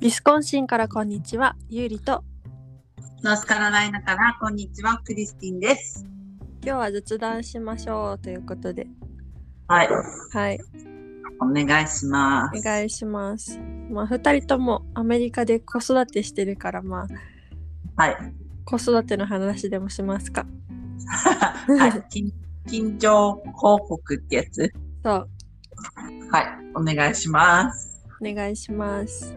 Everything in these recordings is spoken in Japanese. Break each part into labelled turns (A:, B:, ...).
A: ィスコンシンからこんにちは、ゆうりと。
B: ノースカロライナから、こんにちは、クリスティンです。
A: 今日は雑談しましょうということで。
B: はい、
A: はい、
B: お願いしま
A: お
B: す。
A: 願いします。まあ、二人ともアメリカで子育てしてるから、まあ、
B: はい、
A: 子育ての話でもしますか。
B: はい、近近況報告ってやつ。
A: そう、
B: はい、お願いします。
A: お願いします。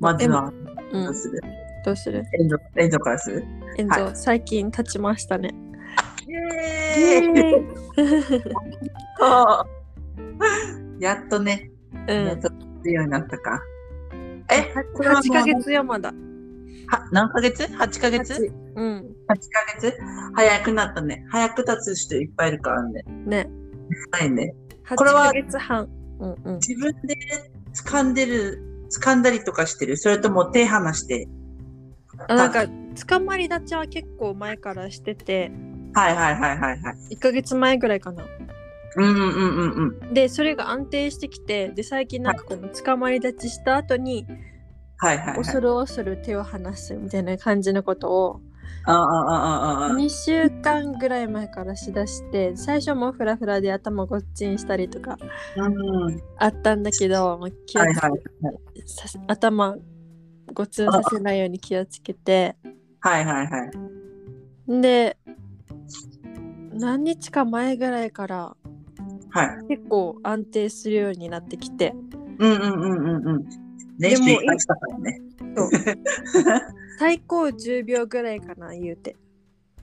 B: まずは、
A: う、
B: どうんする
A: どうする
B: エンド、エンドからする
A: 遠藤、最近経ちましたね。
B: イエ ーイやっとね、
A: う
B: やっ
A: ん。
B: と強になったか。え、これはもう
A: 8ヶ月よ、まだ。
B: は何ヶ月 ?8 ヶ月 ?8
A: うん。
B: ヶ月早くなったね。早く経つ人いっぱいいるからね。
A: ね。
B: ないね。
A: 8
B: これは
A: ヶ月半。うんうん。
B: 自分で掴んでる、掴んだりとかしてるそれとも手離して。
A: あなんか、捕まり立ちは結構前からしてて、
B: はいはいはいはいはい。
A: 1ヶ月前ぐらいかな。
B: うんうんうんうん。
A: でそれが安定してきてで最近なんかこの捕まり立ちした後に
B: はいはいはい。
A: 恐る恐る手を離すみたいな感じのことを
B: ああああああ。
A: 2週間ぐらい前からしだして最初もフラフラで頭ごっちんしたりとか
B: うん。
A: あったんだけど、まあ気を
B: はい
A: つ
B: はい
A: させ頭ごつんさせないように気をつけて
B: はいはいはい。
A: で何日か前ぐらいから
B: はい。
A: 結構安定するようになってきて
B: うんうんうんうんうん。練習
A: でも
B: いっぱいしたからね。
A: そう最高10秒ぐらいかな言うて。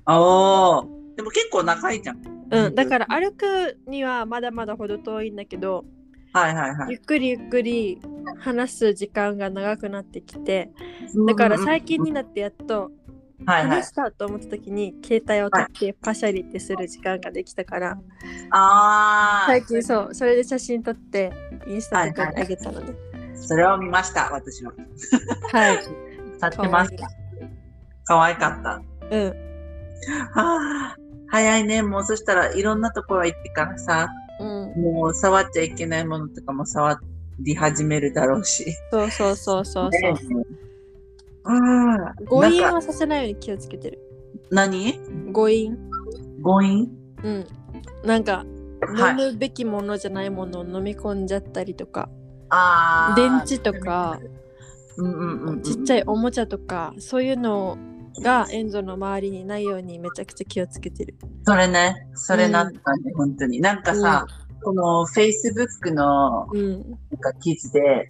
B: おお。でも結構長いじゃん。
A: うん、だから歩くにはまだまだほど遠いんだけど、
B: はいはいは
A: ゆ
B: い。
A: っくりゆっくり話す時間が長くなってきてだから最近になってやっと
B: 近、はいはい
A: 話、したと思った時に携帯を取ってパシャリってする時間ができたから
B: ああ、
A: 最近そうそれで写真撮ってインスタとかにあげたのね
B: それを見ました、私は。
A: はい、
B: 立ってました。可愛かった。
A: うん
B: ああ、早いね。もうそしたらいろんなところ行ってからさ、
A: うん、
B: もう触っちゃいけないものとかも触り始めるだろうし。
A: そうそうそうそうそう、
B: うん。
A: 誤飲
B: なんか
A: はさせないように気をつけてる
B: 何
A: 誤飲
B: 誤飲
A: うんなんか
B: はい
A: 飲むべきものじゃないものを飲み込んじゃったりとか、
B: ああ。
A: 電池とか
B: うんうんうんうん。
A: ちっちゃいおもちゃとかそういうのがエンゾの周りにないようにめちゃくちゃ気をつけてる。
B: それね。それなんかね、本当に。なんかさ、この Facebook の
A: うん、
B: なんか記事で、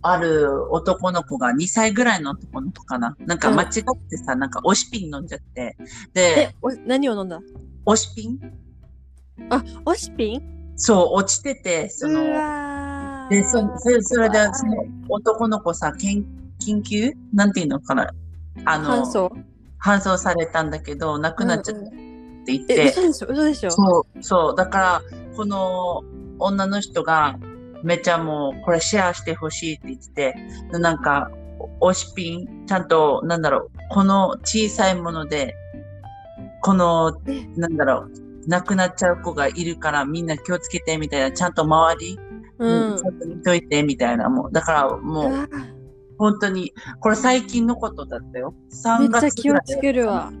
B: ある男の子が2歳ぐらいの男の子かな。なんか間違ってさ、なんかおしピン飲んじゃって。で
A: え、お何を飲んだ
B: おしピン
A: あオシピン
B: そう、落ちてて、そうの、
A: わー
B: で、そそれそれで
A: うわー、
B: その男の子さ、けん緊急なんていうのかなあの
A: 搬送
B: 搬送されたんだけど、亡くなっちゃったって言っ
A: え
B: て、
A: 嘘でしょ嘘でしょ
B: そう、そう、だから、この女の人が、めちゃもう、これシェアしてほしいって言ってて、でなんか、おしピン、ちゃんと、なんだろう、この小さいもので、この
A: え、
B: なんだろう、亡くなっちゃう子がいるから、みんな気をつけて、みたいな、ちゃんと周り、
A: うん。
B: ちょっと見といてみたいなもうだからもう
A: うわ
B: 本当にこれ最近のことだったよ
A: め
B: 3
A: っちゃ
B: 月
A: 気
B: ぐ
A: を
B: らい
A: つけるわ。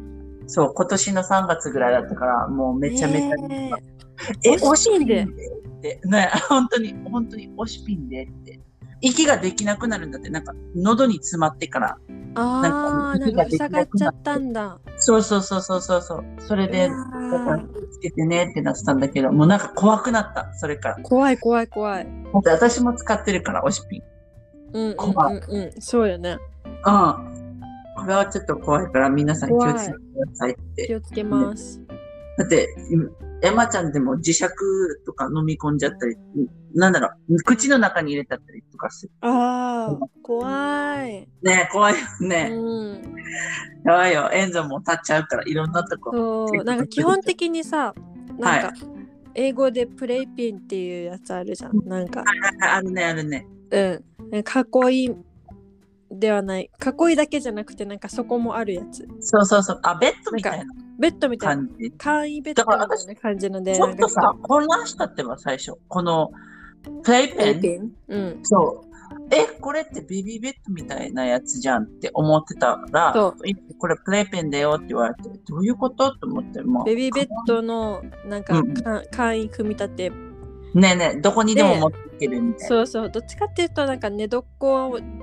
B: そう今年の3月ぐらいだったからもうめちゃめちゃ、
A: ね
B: え
A: 惜しいんで
B: 惜ってね 本当に本当におしピンでって息ができなくなるんだってなんか喉に詰まってから
A: ああ、
B: な
A: なん
B: んか
A: か塞がっちゃったんだ。
B: そうそうそうそうそうそうそれで
A: うわー
B: だから気をつけてねってなってたんだけどもうなんか怖くなったそれから
A: 怖い怖い怖い。
B: だって私も使ってるからおしピン
A: うんうん
B: 怖
A: うんうん。そうよね。
B: うん。これはちょっと怖いから皆さん気をつけてくださいって。
A: 気をつけます。
B: だって、エマちゃんでも磁石とか飲み込んじゃったり、なんだろう、口の中に入れちゃったりとかする。
A: ああ、怖い。
B: ねえ怖いよね。
A: うん。
B: やばいよ。エンゾも立っちゃうから、いろんなとこ。
A: そうなんか基本的にさなんか英語でプレイピンっていうやつあるじゃんなんか
B: ああるね、あるね。
A: うん囲いではない囲いだけじゃなくてなんかそこもあるやつ
B: そうそうそう。あ、ベッドみたいな
A: ベッドみたいな
B: 感じ。
A: 簡易ベッドみたいな感じので
B: ちょっと
A: なん
B: さ、混乱したってば、最初。この、プレイ
A: かプレイ
B: ペン
A: ピンうん
B: そう。え、これってベビーベッドみたいなやつじゃんって思ってたら
A: そ、
B: 今これプレイペンだよって言われて、どういうことと思って、も
A: ベビーベッドのなんか、
B: うん
A: か簡易組み立て
B: う、ねえねえ、どこにでも持っていけるみたいな。
A: そうそうどっちかっていうとなんか寝床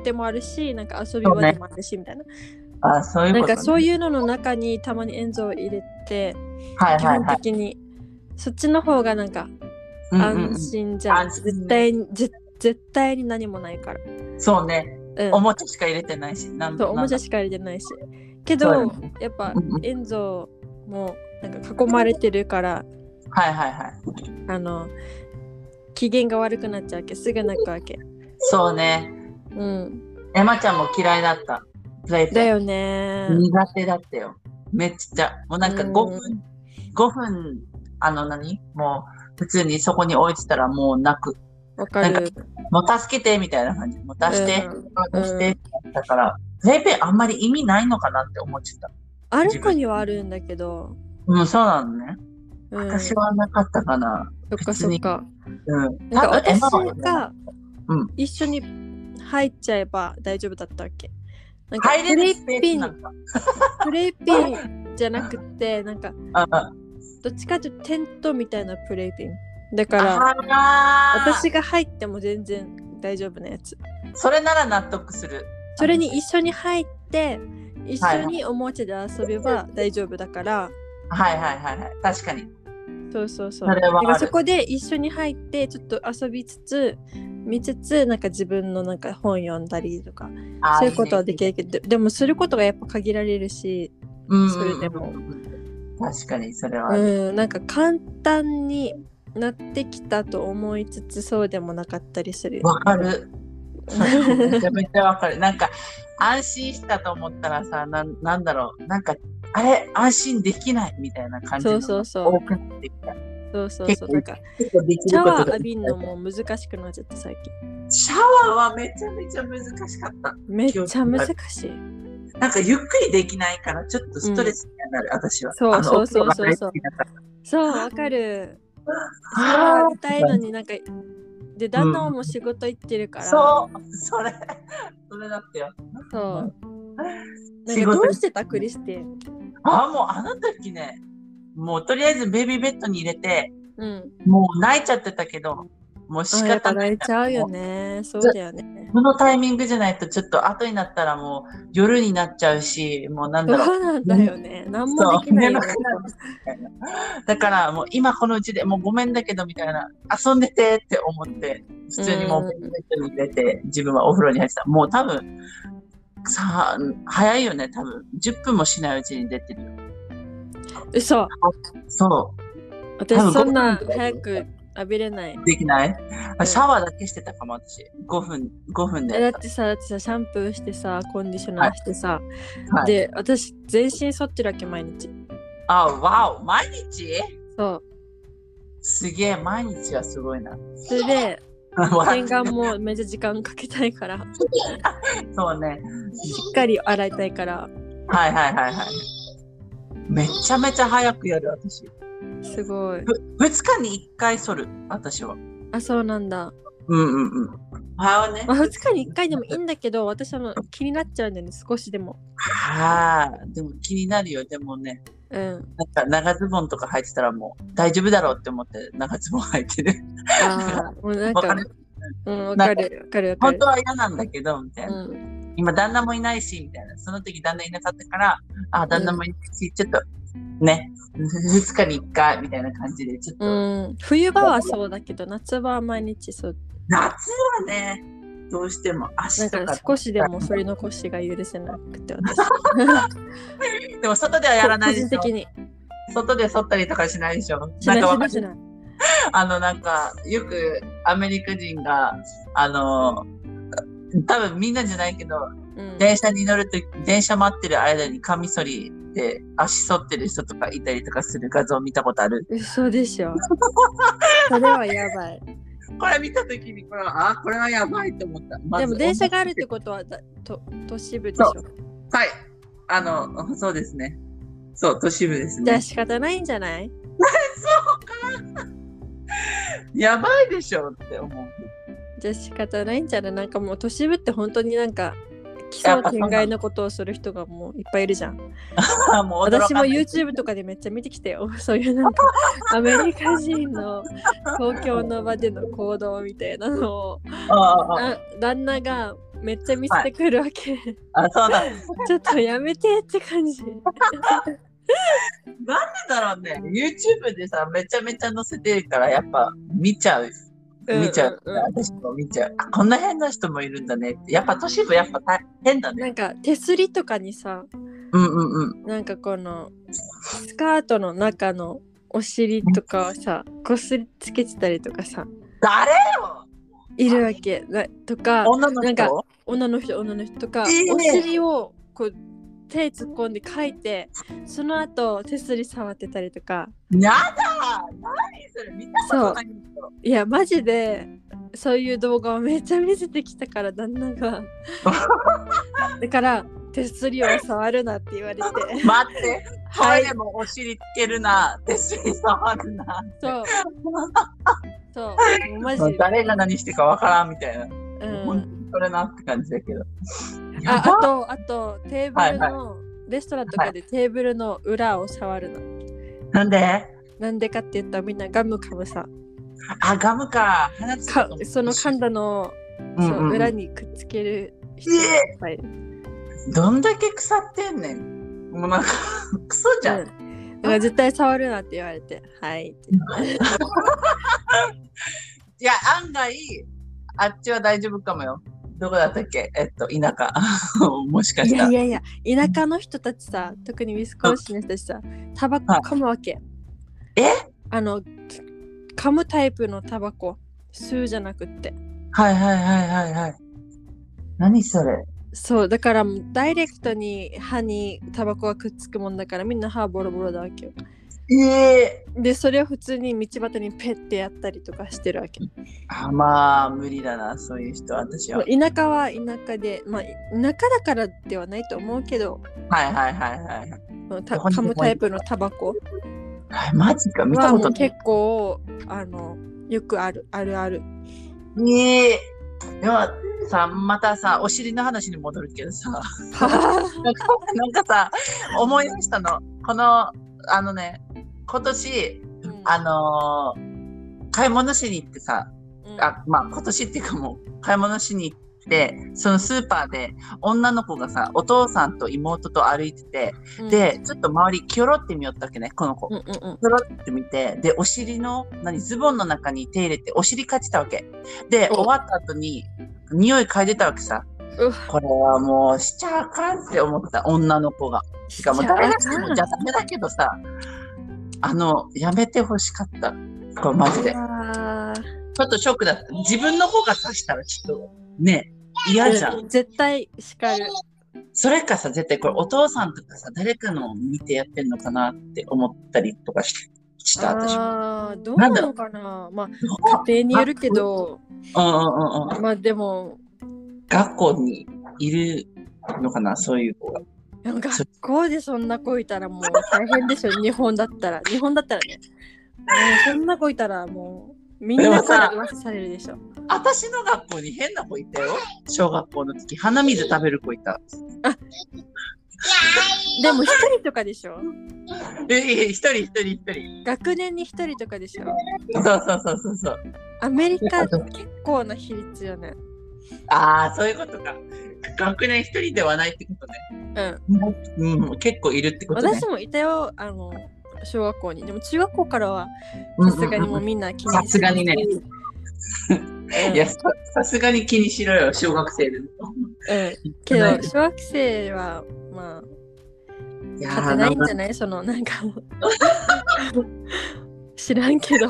A: でもあるしなんか遊び場でもあるしみたいな、
B: あそういう
A: なん
B: こと、ね。
A: かそういうのの中にたまに塩蔵を入れて
B: はい
A: 基
B: はい
A: 本
B: はい。
A: 的にそっちの方がなんか
B: うんうんうん
A: 安心じゃん、
B: 安心
A: 絶対に絶絶対に何もないから、
B: そうね、
A: うん
B: おもちゃしか入れてないし、なん
A: そうおもちゃ
B: し
A: しか入れてないしけど
B: そうだ
A: やっぱ
B: うんうん
A: 塩蔵もなんか囲まれてるから
B: はいはいはい。
A: あの機嫌が悪くなっちゃうわけすぐ泣くわけ
B: そうね、
A: うん
B: エマちゃんも嫌いだった。プレイ
A: だ
B: ペン。
A: よね
B: 苦手だったよ。めっちゃ、もうなんか5分、
A: う
B: 5分、あの何もう、普通にそこに置いてたらもう泣く。
A: わか
B: な
A: る
B: もう助けてみたいな感じ。もう出して、
A: うん
B: 出して。だから、プレイペンあんまり意味ないのかなって思っちゃった。
A: ある子にはあるんだけど、
B: うん、そうなのね。
A: うん、
B: 私はなかったかな。
A: そっかそっか
B: うん。
A: なんか
B: 多分エ
A: 私
B: マはね
A: が
B: うん
A: 一緒に入っちゃえば大丈夫だったわけなんか
B: 入
A: プ
B: れ
A: レ
B: る
A: イ
B: スペー
A: ピ
B: ス
A: ン
B: なんか。
A: プレイピンじゃなくて なんか
B: ああ
A: どっちかというとテントみたいなプレイピンだから
B: あー
A: 私が入っても全然大丈夫なやつ
B: それなら納得する。
A: それに一緒に入って一緒におもちゃで遊べば大丈夫だから
B: はいはいはいはい。確かに。
A: そうそうそう
B: それは
A: だ
B: ある
A: からそこで一緒に入ってちょっと遊びつつ見つつなんか自分のなんか本読んだりとか
B: あー
A: そういうことはでき
B: い
A: る
B: いね
A: けどでもすることがやっぱ限られるし
B: うんうん
A: それでも。
B: 確かに、それはある。
A: うんなんか簡単になってきたと思いつつそうでもなかったりする
B: わ かる。めちゃめちゃわかる。なんか、安心したと思ったらさ、なんなんだろう。なんか、あれ、安心できないみたいな感じの
A: そうそうそう
B: 多くなってきた。
A: そうそう
B: 結
A: そう
B: 構
A: なんか
B: 結構でき
A: シャ
B: るこ
A: ワー
B: とが
A: 浴びんのも難しくなっちゃって最近
B: シャワーはめちゃめちゃ難しかった。
A: めっちゃ難しい
B: なんかゆっくりできないから、ちょっとストレスになる、私は。
A: そう
B: あの
A: そうそうそう
B: お風呂が大好きだから
A: そうわかるシャワー
B: あ
A: 浴びたいのになんかで旦那はもう仕事行ってるか
B: ー
A: ら、
B: そう、それ、 それだってよ。
A: そうなん
B: 仕
A: かど
B: 事
A: うしてたクリスティ
B: ああ、もうあの時ね、もうとりあえずベビーベッドに入れて、
A: うん
B: もう泣いちゃってたけど、もう仕
A: あやっぱ
B: 方ない
A: 泣いちゃうよねそうだよね
B: このタイミングじゃないと、ちょっと後になったらもう夜になっちゃうし、もうなん
A: そ
B: だろ
A: う
B: う。
A: なんだよね何もできないよね
B: だからもう今このうちでもうごめんだけどみたいな遊んでてって思って普通にもうベッドに入れて自分はお風呂に入ってたもう多分さあ早いよね多分10分もしないうちに出てるよ
A: 嘘
B: そ多
A: 私
B: 分
A: そんな
B: ご飯
A: 早く浴びれないう
B: できない
A: うん
B: あシャワーだけしてたかも私5分5分
A: えだっ
B: で
A: てさだってさシャンプーしてさコンディショナーしてさ、
B: はい
A: で私全身剃ってるわけ毎日
B: あわお毎日
A: そう
B: すげえ毎日はすご いな
A: それで
B: 笑
A: 洗顔もめっちゃ時間かけたいからし
B: そうね
A: っかり洗いたいから
B: はいはいはいはいめちゃめちゃ早くやる私
A: すごい
B: 2日に1回剃る私は
A: あそうなんだ、
B: うんうんうんはよね
A: まあ、2日に1回でもいいんだけど私あの気になっちゃうんだよね少しでも
B: はあでも気になるよでもね
A: うん
B: なんか長ズボンとか履いてたらもう大丈夫だろうって思って長ズボン履い てる
A: あーもうなんか
B: わかる
A: うんわかるわかるわか
B: 本
A: る
B: 当は嫌なんだけどみたいな、
A: うん
B: 今旦那もいないしみたいなその時旦那いなかったからあ旦那もいないし、ちょっとね2日に1回みたいな感じでちょっと、
A: うん、冬場はそうだけど夏場は毎日そう
B: 夏はねどうしても足
A: だ
B: と
A: か
B: から
A: 少しでもそれ残しが許せなくて私
B: でも外ではやらない
A: 個
B: で
A: 人
B: しょ
A: 的に
B: 外で剃ったりとかしないでしょ
A: しない
B: んかわ
A: し
B: か
A: な
B: る
A: いしない
B: あのなんかよくアメリカ人があの多分みんなじゃないけど
A: うん
B: 電車に乗ると電車待ってる間にカミソリで足剃ってる人とかいたりとかする画像見たことある
A: 嘘でし ょそれはやばい
B: これ見た時にこれはあこれはやばいと思った、まず
A: でも電車があるってことはだと都市部でしょ
B: はいあのそうですねそう都市部です
A: じゃあ
B: ね
A: 仕方ないんじゃない
B: やばいでしょって思う
A: じゃあ仕方ないんじゃないなんかもう都市部って本当になんか奇想天外なことをする人がもういっぱいいるじゃん。
B: もう驚
A: 私も
B: かない
A: YouTube とかでめっちゃ見てきてよ。 そういうなんかアメリカ人の東京の場での行動みたいなのを
B: ああああ
A: な旦那がめっちゃ見せてくるわけ。
B: あそうなんだ。
A: ちょっとやめてって感じ。
B: なんだろうね、YouTube でさ、めちゃめちゃ載せてるから、やっぱ見ちゃう。 見ちゃう。
A: んんん
B: 私も見ちゃう。あこんな変な人もいるんだねって。やっぱ都市部、やっぱ大変だ
A: な
B: ね。
A: んか手すりとかにさ
B: うんうんうん。
A: なんかこのスカートの中のお尻とかをさこすりつけてたりとかさ
B: 誰よ
A: いるわけなとか
B: 女の
A: なんか
B: 人
A: 女の人女の人とか、
B: いいね
A: お尻をこう手突っ込んで書いてその後手すり触ってたりとか
B: やだ何それ見たことないんだけど
A: いやマジでそういう動画をめっちゃ見せてきたから旦那 がだから手すりを触るなって言われて
B: 待って、
A: は
B: はいい、でもお尻つけるな、手すり触るな。
A: そうそうもうマジ
B: もう誰が何してかわからんみたいな。
A: う
B: 本当
A: ん、
B: にそれなって感じだけど。や
A: あ
B: ば
A: あとあとテーブルの、レストランとかでテーブルの裏を触るの、
B: なんで
A: なんでかって言ったらみんなガムかむさ
B: あ、ガムか。鼻つ
A: かその噛んだのを
B: うん
A: そう
B: うんうん
A: 裏にくっつける人がいっぱいいる。
B: どんだけ腐ってんねん。もうなんか、クソじゃん。
A: うんだから絶対触るなって言われて、はいって。
B: いや、案外、あっちは大丈夫かもよ。どこだったっけえっと、田舎。 もしか
A: い
B: した
A: や
B: ら。
A: いやいや、田舎の人たちさ、特にウィスコンシンの人たちさ、タバコ噛むわけ。
B: え
A: あの、噛むタイプのタバコ、吸うじゃなくって。
B: はいはいはいはいはい。何それ
A: そう、だからもうダイレクトに歯にタバコがくっつくもんだから、みんな歯ボロボロだわけよ。
B: ええ
A: で、それを普通に道端にペッてやったりとかしてるわけ。
B: あまあ、無理だな、そういう人、私は。
A: 田舎は田舎で、まあ、田舎だからではないと思うけど、
B: はいはいはいはいはい。
A: そのた
B: どこに
A: 噛
B: でも
A: むタイプのタバコ
B: あマジか、見
A: は
B: たこ
A: も
B: と
A: う
B: ない
A: 結。構あのよくあるある ある。
B: ええでもさ、またさ、お尻の話に戻るけどさ。 なんかなんかさ、思い出したの。この、あのね、今年、
A: うん
B: あのー買い物しに行ってさ、
A: うん
B: あ、まあ今年っていうかもう、買い物しに行って、そのスーパーで女の子がさ、お父さんと妹と歩いてて、
A: うん
B: で、ちょっと周り、キョロって見よったわけね、この子。
A: うんうんうん
B: キョロって見て、で、お尻の、何、ズボンの中に手入れて、お尻かじったわけ。で、
A: お
B: 終わった後に、匂い嗅いでたわけさ。
A: うわ
B: これはもう、しちゃあかんって思った、女の子が。しかも誰がしてもじゃダメだけどさ、あの、やめてほしかった。これマジで。ち
A: あー
B: ょっとショックだった。自分の方が刺したらちょっと、ね、嫌じゃん。
A: 絶対叱る。
B: それかさ、絶対これお父さんとかさ、誰かのを見てやってんのかなって思ったりとかしした、私も。
A: あーどうなのかなまあ家庭によるけど
B: うんうんうんうん。
A: まあでも
B: 学校にいるのかな、そういう子が。
A: 学校でそんな子いたらもう大変でしょ日本だったら日本だったらねもうそんな子いたらもうみんなから噂されるでしょ
B: 私の学校に変な子いたよ。小学校の時、鼻水食べる子いた。
A: でも一人とかでしょ
B: え、え一人一人一人。
A: 学年に一人とかでしょ
B: そうそうそうそうそう。
A: アメリカ結構な比率よね
B: ああ、そういうことか。学年一人ではないってことね。
A: うん
B: うん、結構いるってことね。
A: 私もいたよあの小学校にでも中学校からはさすがにもう
B: うんうん
A: みんな気
B: さ
A: に
B: すがにね。
A: うん
B: いや、ささすがに気にしろよ、小学生 でも。
A: うん、けど小学生はまあ
B: いや
A: 勝てな
B: ーなん
A: いん
B: か
A: じゃないそのなんかもう知らんけど
B: い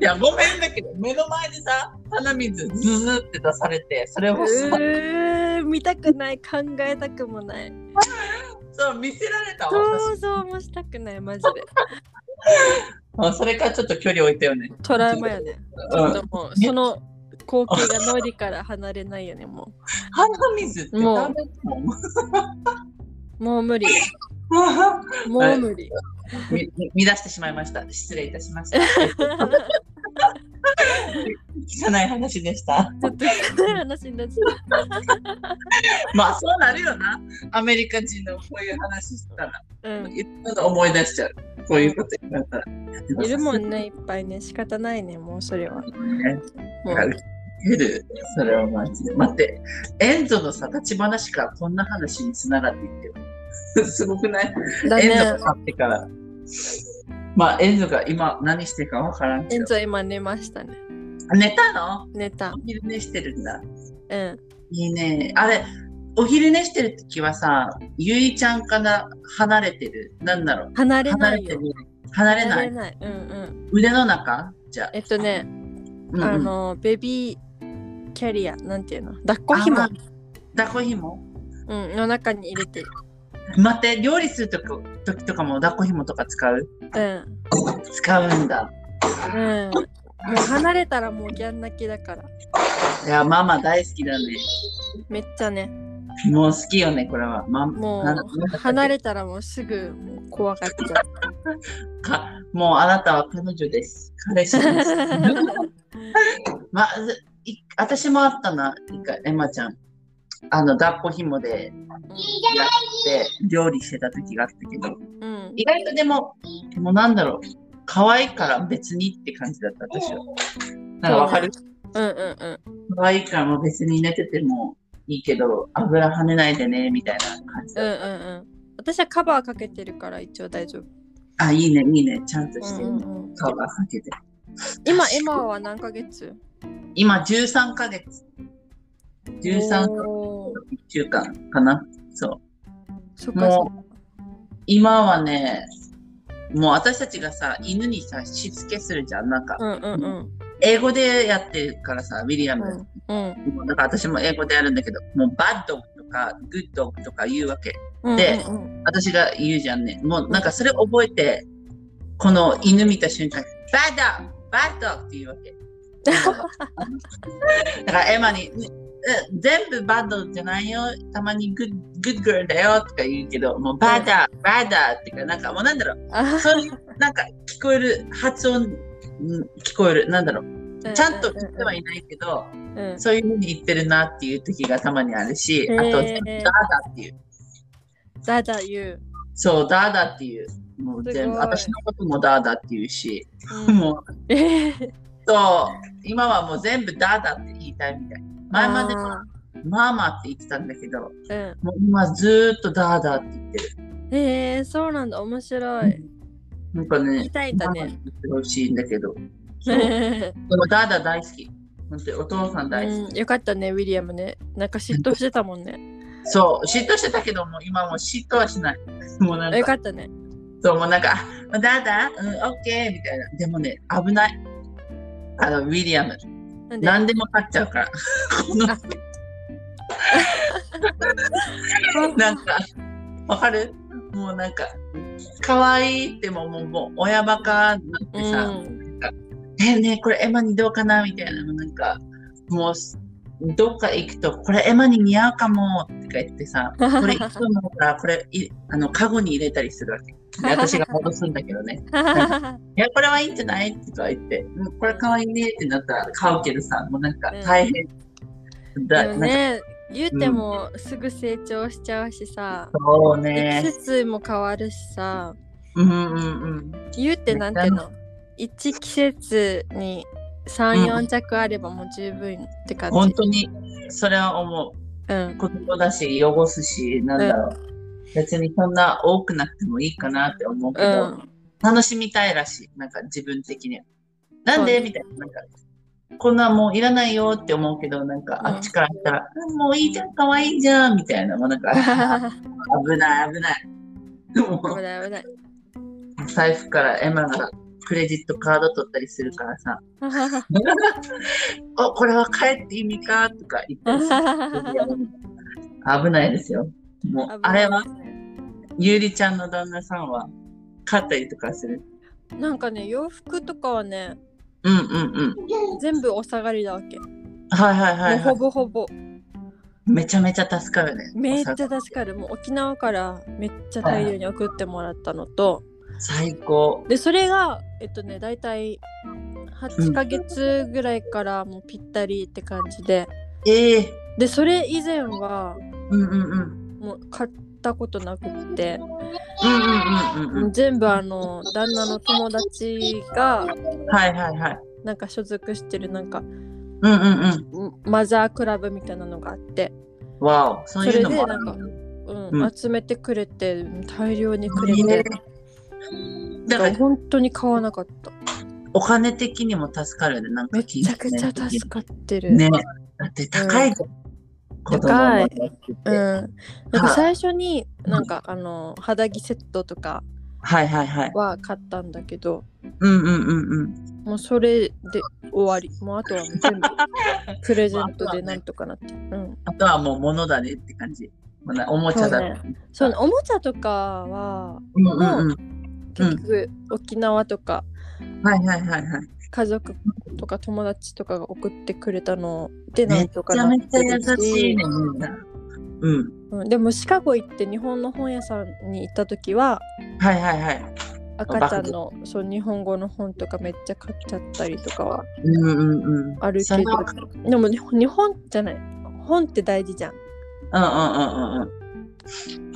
B: や、ごめんだけど、目の前でさ、鼻水ズズって出されて、それをさ、
A: うー見たくない考えたくもない
B: そう見せられたわ私
A: 想像もしたくないマジで
B: あそれからちょっと距離置いたよね。
A: トラウマよねち
B: う
A: ょ
B: ん
A: っともうその光景が脳裏から離れないよねも
B: 鼻水って
A: もう
B: ダメだもん。
A: うもう無理もう無理
B: みみ乱してしまいました。失礼いたしました。汚い話でした。
A: ちょっと汚い話になっちゃっ
B: まあそうなるよな。アメリカ人のこういう話したら、
A: た。うん。
B: いろいろ思い出しちゃう。こういうこと言われたら。
A: いるもんね、いっぱいね。仕方ないね、もうそれは。も
B: だ
A: う
B: から減る。それはマジで。待って、エンゾのさ、立ち話からこんな話に繋がっていってる。 すごくない、
A: だ
B: エンゾが
A: ね。
B: 勝ってから。まあ、エンゾが今何してるかわからん
A: エ
B: け
A: ン
B: ど。
A: ゾ今寝ましたね。
B: 寝たの
A: 寝た
B: お。昼寝してるんだ。
A: うん。
B: いいね。あれ、お昼寝してる時はさ、ゆいちゃんから離れてる。なんだろう。
A: 離れ
B: 離
A: な
B: れ
A: い
B: て
A: よ
B: る。。離れ
A: 離
B: な
A: れ
B: い。
A: ない。うんうん。
B: 腕の中じゃあ。
A: えっとね、
B: うんうん
A: あの、ベビーキャリア、なんていうの抱っこ紐
B: あ抱っこ紐
A: うん、の中に入れてる。
B: 待って、料理するとこ時とかも抱っこ紐とか使う
A: うん。
B: 使うんだ。
A: うん。もう離れたらもうギャン泣きだから。
B: いや、ママ大好きだね。
A: めっちゃね、
B: もう好きよね、これは。ママ
A: も
B: なんなんだっ
A: う
B: け
A: 離れたらもうすぐもう怖がっちゃう。
B: かもうあなたは彼女です。彼氏 です。まず、い私もあったな、一回、エマちゃん。あの、抱っこ紐でやって、料理してた時があったけど、
A: うん。
B: 意外とでも、でもなんだろう、可愛いから別にって感じだった、私は。なんかわかる
A: うんうん
B: 可愛いからもう別に寝ててもいいけど、油跳ねないでね、みたいな感じ
A: うん。う
B: だっ
A: んうんうん。私はカバーかけてるから一応大丈夫。
B: た。あ、いいね、いいね、ちゃんとして
A: う
B: る。
A: んうんうん、
B: カバーかけて。
A: 今、エマは何ヶ月
B: 今、13ヶ月。13ヶ月
A: おー
B: 1週間かな。そう。
A: そっかそっか。
B: 今はね、もう私たちがさ、犬にさ、しつけするじゃん。なんか、
A: うんうんうん。
B: 英語でやってるからさ、ウィリアム。
A: うん
B: もうだから私も英語でやるんだけど、もうバッドとか、グッドとか言うわけ。
A: うん。
B: で
A: うんうん
B: 私が言うじゃんね。もうなんかそれ覚えて、この犬見た瞬間、バッドバッドって言うわけ。だからエマに、うんうん全部バッドじゃないよ。たまにグッグッグルだよとか言うけど、もうバッダー、バッダーってか、なんかもうなんだろう。
A: あはは
B: そういう、なんか聞こえる、発音、うん聞こえる、なんだろう。ちゃんと言ってはいないけど、
A: うんうんうん
B: そういうふうに言ってるなっていう時がたまにあるし、
A: へ
B: あ
A: ー
B: と、全部ダーダーっていう。
A: だだ言う。
B: そう、ダーダっていう。もう全
A: すご
B: 部、
A: い
B: 私のこともダーダっていうし、
A: うん
B: もう、
A: えー
B: そう、今はもう全部ダーダって言いたいみたい。前までは
A: あ
B: マーマーって言ってたんだけど、
A: ー
B: もう今ずーっとダーダって言ってる。
A: うん。えー、そうなんだ。面白い。
B: なんか
A: 言い
B: ね、
A: たいん
B: マ
A: だ
B: ーマーって
A: ね。
B: 言ってほしいんだけど、そうで
A: う
B: もダーダ大好き。本当にお父さん大好き。
A: ん、よかったね、ウィリアムね。なんか嫉妬してたもん ね。
B: そう、嫉妬してたけども、今もう嫉妬はしない。 もうなん
A: よか
B: か、
A: ったね。
B: そう、もうなんか、あダーダうん、オッケーみたいな。でもね、危ない。あの、ウィリアム。
A: なんで
B: 何でも買っちゃうから。この なんか、わかるもうなんか、可愛いってももう、もう親バカになってさ、
A: うん
B: ねえねえ、これエマにどうかなみたいなの、なんか、もう、どっか行くと、これエマに似合うかもって言って さ、これいつもから、これいあの、カゴに入れたりするわけ。で私が戻すんだけどね。いや、これはいいんじゃないとか言って、うんこれ可愛いねってなったら買うけどさ、もうなんか
A: うん
B: 大変。だ
A: でも
B: なんか
A: ね、言うてもすぐ成長しちゃうしさ、
B: そう
A: 季
B: ね。
A: 節も変わるしさ、
B: うんうんうん。
A: 言うてなんていうの一季節に
B: うん
A: 3、4着あればもう十分って感
B: 本
A: じ。
B: 当に、それは思
A: うん
B: う。、子供だし、汚すし、なんだろう。別にそんな多くなくてもいいかなって思うけ
A: う
B: ど、
A: ん、
B: 楽しみたいらしい。なんか自分的には。なんで、
A: そうね
B: みたいな。なんか、こんなんもういらないよって思うけど、なんか
A: うん
B: あっちから見たら、うんもういいじゃん、かわいいじゃん、みたいな。もうなん か、あ危ない、危ない。も
A: 危ない危 ない。
B: う財布からエマがクレジットカード取ったりするからさ、お、これは帰って意味かとか言ったりする。 危ないですよ。もう、あれは、ゆうりちゃんの旦那さんは、買ったりとかする。
A: なんかね、洋服とかはね、
B: うんうんうん。
A: 全部お下がりだわけ。
B: はいはいはい、
A: も
B: は
A: うほぼほぼ。
B: い。めちゃめちゃ助かるね。
A: めっちゃ
B: お酒
A: 助かるもう沖縄からめっちゃ大量に送ってもらったのと、
B: 最高。
A: でそれがえっとね大体8ヶ月ぐらいからもうぴったりって感じで、
B: ええ
A: でそれ以前は
B: うんうんうん。うん
A: もう買ったことなくって、
B: うんうんうんうん。
A: 全部あの旦那の友達が
B: はいはいはい。
A: なんか所属してるなんか
B: うんうんうん。
A: マザークラブみたいなのがあって、
B: わお、そういうのもある。
A: それでうん
B: うん
A: 集めてくれて大量にくれて、な
B: だか
A: んから本当に買わなかったお
B: お金的にも助かるね、なんか
A: め
B: 聞い
A: ち
B: て
A: ゃくちゃ助かってる、
B: ね。だって高いじゃん。子供
A: う
B: の
A: ん、なんか
B: はい
A: 最初になんかあの肌着セットとか
B: はいはいはい。
A: は買ったんだけど
B: うんうんうんうん。
A: もうそれで終わりもうあとはもう全部プレゼン トでなんとかなってうん
B: あとはもう物だねって感じ。まだおもちゃ
A: そ
B: だ。
A: うねそうねおもちゃとかは
B: うんうんうん。
A: 結局沖縄とか
B: はいはいはいはい。
A: 家族とか友達とかが送ってくれたのでな
B: め
A: ん
B: ち
A: とか
B: ゃ
A: な
B: め
A: っ
B: ちゃ
A: て
B: 優
A: る
B: しい
A: し
B: ね、みんな。うん。
A: うんでもシカゴ行って日本の本屋さんに行った時は
B: はいはいはい。
A: 赤ちゃんのそう日本語の本とかめっちゃ買っちゃったりとかは
B: うんうんうん。
A: ある
B: そ
A: け
B: の
A: どでも日本日本じゃない本って大事じゃん
B: うんうんうんうん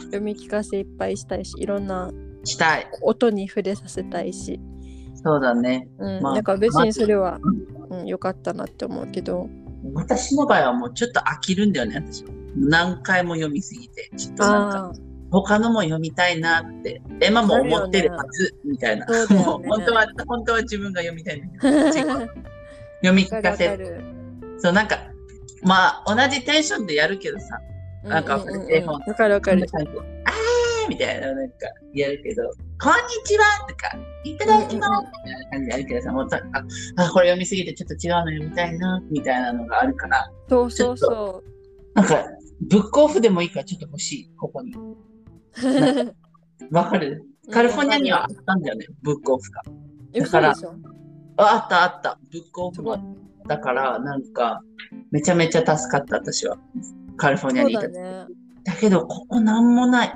A: 読み聞かせいっぱいしたいしいろんな
B: うん。したい。
A: 音に触れさせたいし、
B: そうだね。
A: うん
B: まあ
A: なんか別にそれは
B: ま
A: うん、良かったなって思うけど
B: 私の場合はもうちょっと飽きるんだよね、私は。何回も読みすぎて、ちょっとなんか、
A: あ
B: 他のも読みたいなって、エマも思ってるはず、みたいな。
A: あそうだ
B: も
A: よ
B: う
A: ね
B: 本当は、本当は自分が読み たいんだけど
A: わ
B: 読み
A: か
B: 聞
A: る
B: か
A: わか
B: せ。
A: る
B: そう、なんか、まあ、同じテンションでやるけどさ、なんか
A: ううう
B: 絵
A: ん
B: 本
A: わかるわかる
B: こんな感じあーみたいな、なんか、やるけど、こんにちはとか、いただきますみたいな感じでやるけどさ、もうなんか、あ、これ読みすぎてちょっと違うの読みたいな、みたいなのがあるから、
A: そうそうそ
B: なんか、ブックオフでもいいからちょっと欲しい、ここに。
A: う
B: わかるカリフォルニアにはあったんだよね、ブックオフが。
A: だ
B: だから
A: でしょ
B: ああったあった、ブックオフが。だから、なんか、めちゃめちゃ助かった、私は。カリフォルニア
A: そうだ
B: にいた。だ
A: ね
B: けど、ここなんもない。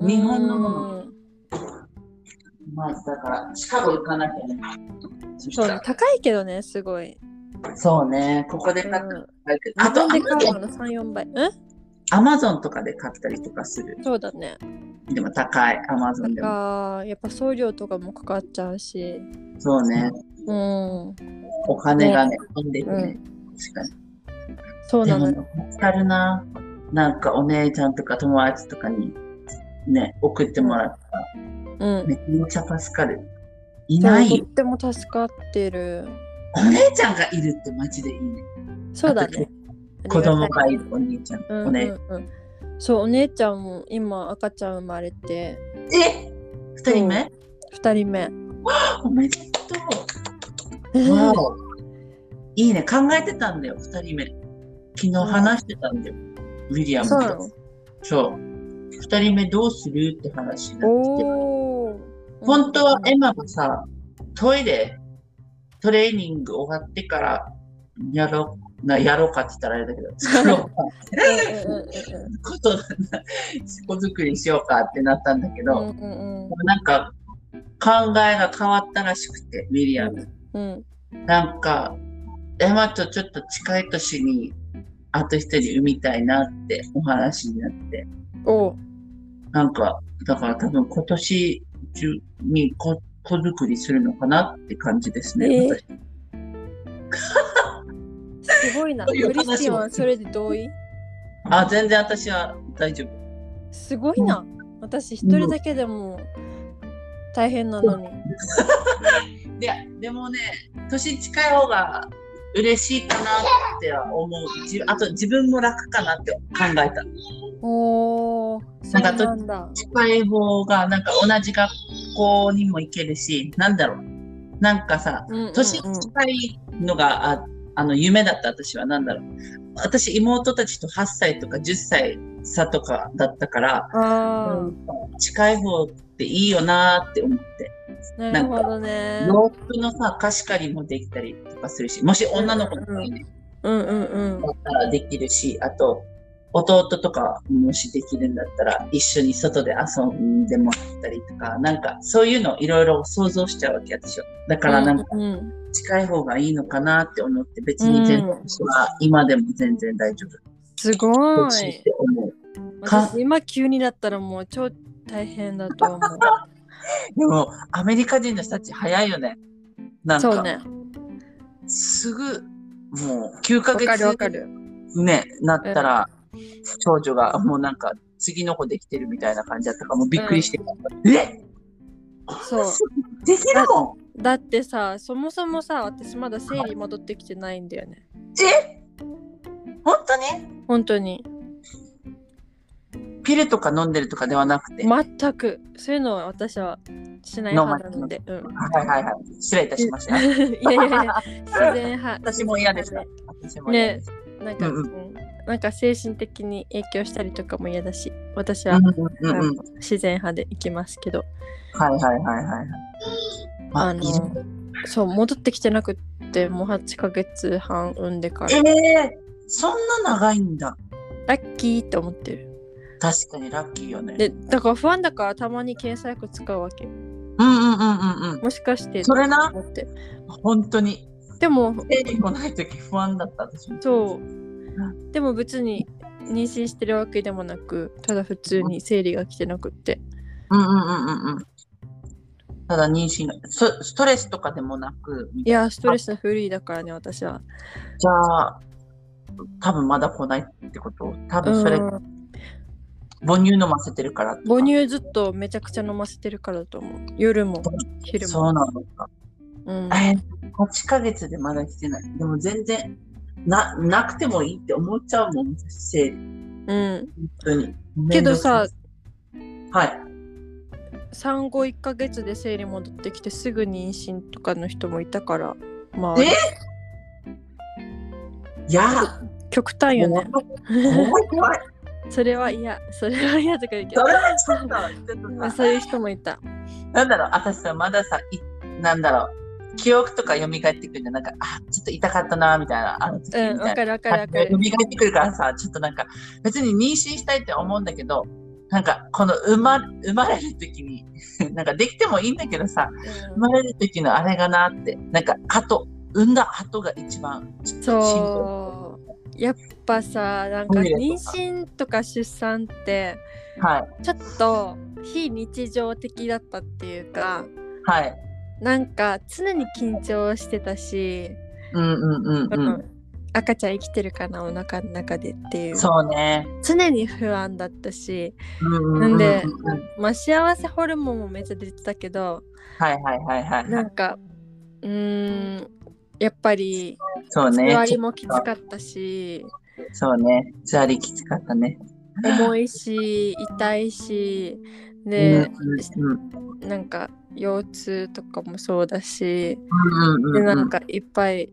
B: 日本のもの
A: うん
B: まあ、だから、シカゴ行かなきゃね。そし
A: そう
B: た
A: ね
B: ら
A: 高いけどねすごい、
B: そうね、ここで
A: う
B: 買
A: ん、
B: ったりとかあ
A: 日
B: と
A: 本で買うのの34倍うん
B: アマゾンとかで買ったりとかする。
A: そうだね
B: でも高い、アマゾンでも。
A: あーやっぱ送料とかもかかっちゃうし
B: そうね、
A: うん
B: お金がね、飛んでいく
A: う
B: ね。確かに。
A: そう
B: で
A: なの
B: も
A: よ、
B: 見つかるな。なんかお姉ちゃんとか友達とかにね、送ってもらった
A: うん
B: めっちゃ助かる。いない
A: そう
B: よ
A: とっても助かってる
B: お姉ちゃんがいるってマジでいいね。
A: そうだね
B: 子供
A: あ
B: が
A: り
B: いるお兄ちゃん。
A: たい
B: お
A: うん
B: 姉
A: うんうんそうお姉ちゃんも今赤ちゃん生まれて
B: え二人目
A: 2人目
B: おめでとう。わお。いいね。考えてたんだよ、二人目。昨日話してたんだよ、ウィリア ム
A: そうな
B: と
A: の。
B: そう。二人目どうするって話になってて。
A: おお
B: 本当はエマがさ、トイレ、トレーニング終わってから、やろう、な、やろうかって言ったらあれだけど、 作ろうかってことだな、子作りしようかってなったんだけど、
A: うんうん
B: なんか、考えが変わったらしくて、ウィリアム。
A: うんうん
B: なんか、エマとちょっと近い年に、あと一人産みたいなってお話になって、
A: おー
B: なんか、だから多分今年中に子子作りするのかなって感じですね。
A: えー
B: 私
A: すごいな。
B: そ
A: ク
B: ういう話
A: リステ
B: も
A: ィンはそれで同意
B: あ、全然私は大丈夫。
A: すごいな。私一人だけでも大変なのに。
B: ででもね年近い方が嬉しいかなっては思うじあと自分も楽かなって考えた
A: おお、そう
B: なんかと
A: なんだ。
B: 近い方がなんか同じ学校にも行けるしなんだろうなんかさ
A: うんうんうん
B: 年近いのがああの夢だった私はなんだろう私妹たちと8歳とか10歳差とかだったから、
A: あ
B: 近い方っていいよなーって思って
A: あ、なるほどね。
B: 洋服のさ貸し借りもできたりとかするしもし女の子の方にね
A: うんうんうん。
B: だったらできるし、あと、弟とかもしできるんだったら一緒に外で遊んでもらったりとかなんかそういうのいろいろ想像しちゃうわけ私はだからなんか
A: うんうん
B: 近い方がいいのかなって思って別に全然私は今でも全然大丈夫
A: すご
B: 欲しいっ
A: い。
B: て思う、か
A: 私今急にだったらもう超大変だと思
B: でもアメリカ人の人たち早いよねな
A: う。
B: んか
A: そうね。
B: すぐもう9ヶ
A: わか
B: 月
A: るわかる。
B: ね、なったら、少女がもうなんか次の子できてるみたいな感じだったからもうびっくりして、え
A: そう。
B: できるの
A: だってさ、そもそもさ、私まだ生理戻ってきてないんだよね。
B: え本当に
A: 本当に。
B: ピルとか飲んでるとかではなくて、
A: 全く。そういうのは私はしない派なので。うん。
B: はいはいはい失礼いたしま し た
A: いやいやいや、自然派。
B: 私も嫌でした私も嫌でした、
A: なんか、
B: うんう
A: うんなんか精神的に影響したりとかも嫌だし、私
B: う
A: は、
B: んうんうんうん
A: あの自然派で行きますけど、
B: はいはいはいはいま
A: あの
B: いる
A: そう、戻ってきてなくって、もう8ヶ月半産んでから、
B: えーそんな長いんだ
A: ラッキーって思ってる。
B: 確かにラッキーよね
A: で、だから不安だからたまに検査薬使うわけ。
B: うんうんうんうんうん
A: もしかして、
B: それな
A: と思って。
B: 本当に
A: でも、
B: 生理来ない時不安だった私も
A: そう。でも別に妊娠してるわけでもなく、ただ普通に生理が来てなくって。
B: うんうんうんうんうん。ただ妊娠がスストレスとかでもなく、
A: いや、ストレスフリーだからね、私は。
B: じゃあ、多分まだ来ないってこと多分それ、
A: うん
B: 母乳飲ませてるからとか
A: 母乳ずっとめちゃくちゃ飲ませてるからだと思う。夜も昼も。
B: そうなのか。
A: うん、
B: えー、8ヶ月でまだ来てない。でも全然、な、なくてもいいって思っちゃうもん、生理。
A: うん、
B: 本当に。
A: けどさ、
B: めんどくさい、はい。
A: 産後1ヶ月で生理戻ってきてすぐ妊娠とかの人もいたから、まあ、
B: えいや、
A: 極端よね。
B: 怖い怖い怖い。
A: それは嫌、それは嫌とか言うけ
B: そ
A: ど
B: れはちょっと、ちょっと
A: まあ、
B: さ
A: そういう人もいた。
B: なんだろう、私さ、まださ、いなんだろう、記憶とか蘇ってくるんで、なんか、あ、ちょっと痛かったな、みたいな、あの時みた
A: う
B: い
A: ん、
B: な。
A: わかるわかるわかる。
B: 蘇ってくるからさ、ちょっとなんか、別に妊娠したいって思うんだけど、なんか、この生ま生まれる時に、 なんかできてもいいんだけどさ、生まれる時のあれがなって、なんか、鳩、産んだ鳩が一番、ちょっと心配
A: そう。やっぱさ、なんか
B: トイレ
A: 妊娠と
B: とか
A: か出産って、
B: はい、
A: ちょっと非日常的だったっていうか、
B: はい。
A: なんか常に緊張してたし、
B: うんうん
A: う
B: うんうん。
A: ん赤ちゃん生きてるかなお腹の中でっていう
B: そうね。
A: 常に不安だったし、
B: うんうんうんう
A: なん
B: ん
A: で
B: うん
A: まあ、幸せホルモンもめっちゃ出てたけど
B: はいはいはいはいは。
A: ないんかうーんやっぱり
B: そうね。
A: 座りもきつかったし
B: そうね。座りきつかったね。
A: 重いし痛いし
B: う
A: で、
B: んうん
A: なんか腰痛とかもそうだし、
B: うんうん
A: で
B: うんう
A: なん
B: ん。
A: かいっぱい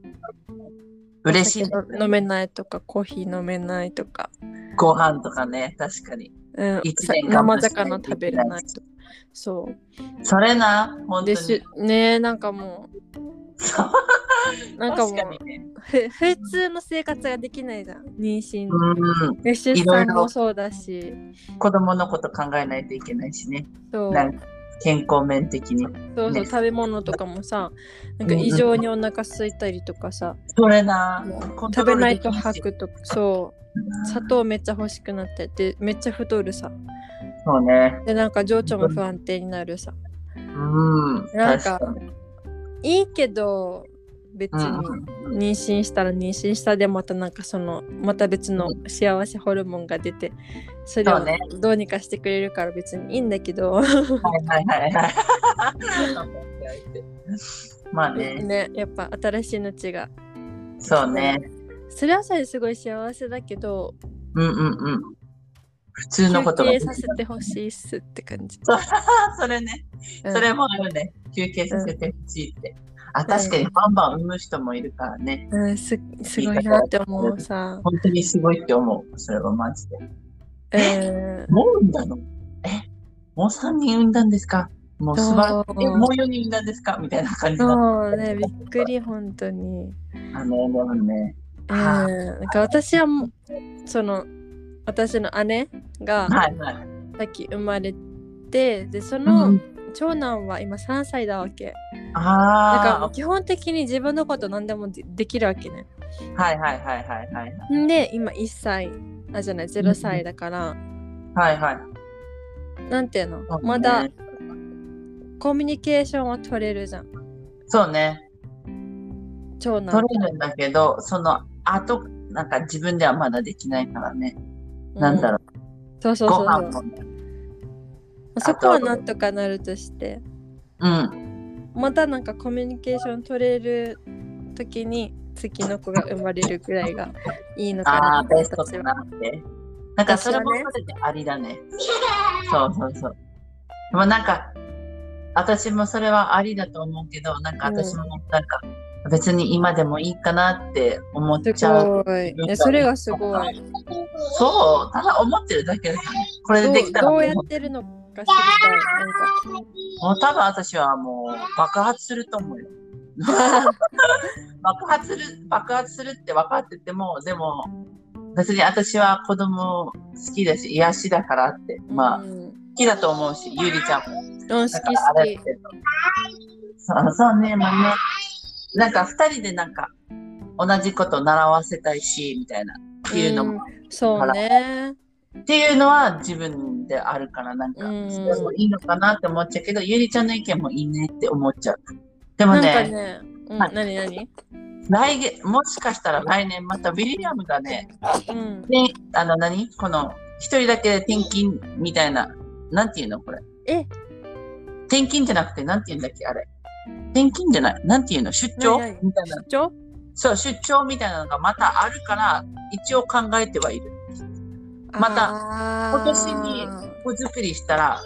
B: 嬉しいね。
A: お酒飲めないとかコーヒー飲めないとか
B: ご飯とかね、確かに。
A: うん
B: 一
A: さ
B: 年間
A: 生魚食べれないとそう
B: それな、本当
A: で
B: に。
A: しねえなんかも
B: そう
A: うなんかもう
B: 確かにね。
A: ふ普通の生活ができないじゃん妊娠、
B: うん。
A: で出
B: いろい
A: 産
B: ろ
A: もそうだし
B: 子供のこと考えないといけないしね。
A: そう
B: なんか健康面的に。
A: そうそう
B: ね
A: 食べ物とかもさなんか異常にお腹空いたりとかさ、
B: それな
A: もう、
B: コント
A: 食
B: ロ
A: べ
B: ール
A: な
B: で
A: い
B: き
A: と
B: ない
A: 吐くとかそう砂糖めっちゃ欲しくなってでめっちゃ太るさ
B: そうね。
A: でなんか情緒も不安定になるさ
B: うん。
A: なんか
B: 確かに
A: いいけど別に、
B: うん
A: 妊娠したら妊娠したでまたなんかそのまた別の幸せホルモンが出てそれ
B: そ
A: を
B: うね
A: どうにかしてくれるから別にいいんだけど
B: はいはいはいはい。まあね、
A: ねやっぱ新しい命が
B: そうね。
A: それはそれですごい幸せだけど
B: うんうんうん。普通の
A: 休
B: ことがで
A: 憩
B: きな
A: さ
B: い。
A: せてほしいっすって感じ、
B: あそれね。
A: うん
B: それもあるね。休憩させてほしいって。あ、確かにバンバン産む人もいるからね。
A: うん、すすごいなって思うさ、
B: 本当にすごいって思う。それはマジで。
A: うん、
B: もう産んだのえもう3人産んだんですかもう素晴らし
A: そう
B: い。えもう4人産んだんですかみたいな感じの。
A: そうねびっくり本当に、
B: あの、でもね。
A: うん、なんか私はもうその私の姉が
B: はいはい。
A: さっき生まれてでそ
B: うんう
A: の
B: ん
A: 長男は今3歳だわけだからも
B: あ
A: う基本的に自分のこと何でもでできるわけね
B: あ。はいはいはいはいはい。
A: んで今1歳あじゃない0歳だから、
B: はいはい。
A: なんていうの
B: そうね
A: まだコミュニケーションは取れるじゃん
B: そうね。
A: 長男
B: 取れるんだけど、その後、なんか自分ではまだできないからね。なんだろう。
A: うんそうそうそう
B: ご
A: そ
B: 飯
A: う
B: も。
A: そこはなんとかなるとして
B: うん。
A: またなんかコミュニケーション取れる時に次の子が生まれるぐらいがいいのか
B: あ
A: な
B: あー、
A: と
B: ベスト
A: 私
B: か
A: は
B: なって。なんかそれもそれでありだね。そうそうそう。でもなんか、私もそれはありだと思うけど、なんか私もなんか、別に今でもいいかなって思っち
A: す
B: ゃう。
A: ごいいやそれがすごい
B: そう、ただ思ってるだけだからこれ
A: ど
B: で
A: う
B: できたら
A: ど
B: もう
A: うやってるのか知りたいなんか
B: もう多分私はもう爆発すると思うよ。爆発する、爆発するって分かってても、でも別に私は子供好きだし、癒しだからって、 まあ
A: う
B: 好
A: ん、
B: きだと思うし、ゆりちゃんも。
A: うん好き
B: だからあ
A: 好
B: れ
A: き
B: だけど。そうそうね、まあね。なんか二人でなんか同じこと習わせたいし、みたいな。っていうのも、
A: んそうね
B: っていうのは自分であるから、なんか、
A: うん
B: それもいいのかなって思っちゃうけど、ゆりちゃんの意見もいいねって思っちゃう。でも
A: なんか
B: ね、
A: ね、うん、
B: はい
A: 何何
B: 来月、もしかしたら来年またウィリアムがね、
A: うん
B: であの何この、一人だけ転勤みたいな、なんていうのこれ。
A: え
B: 転勤じゃなくて、なんていうんだっけあれ。転勤じゃない。なんていうの出張
A: ないない
B: みたいな。
A: 出張
B: そう、出張みたいなのがまたあるから、一応考えてはいる。また
A: た
B: 今年に子作りしたら、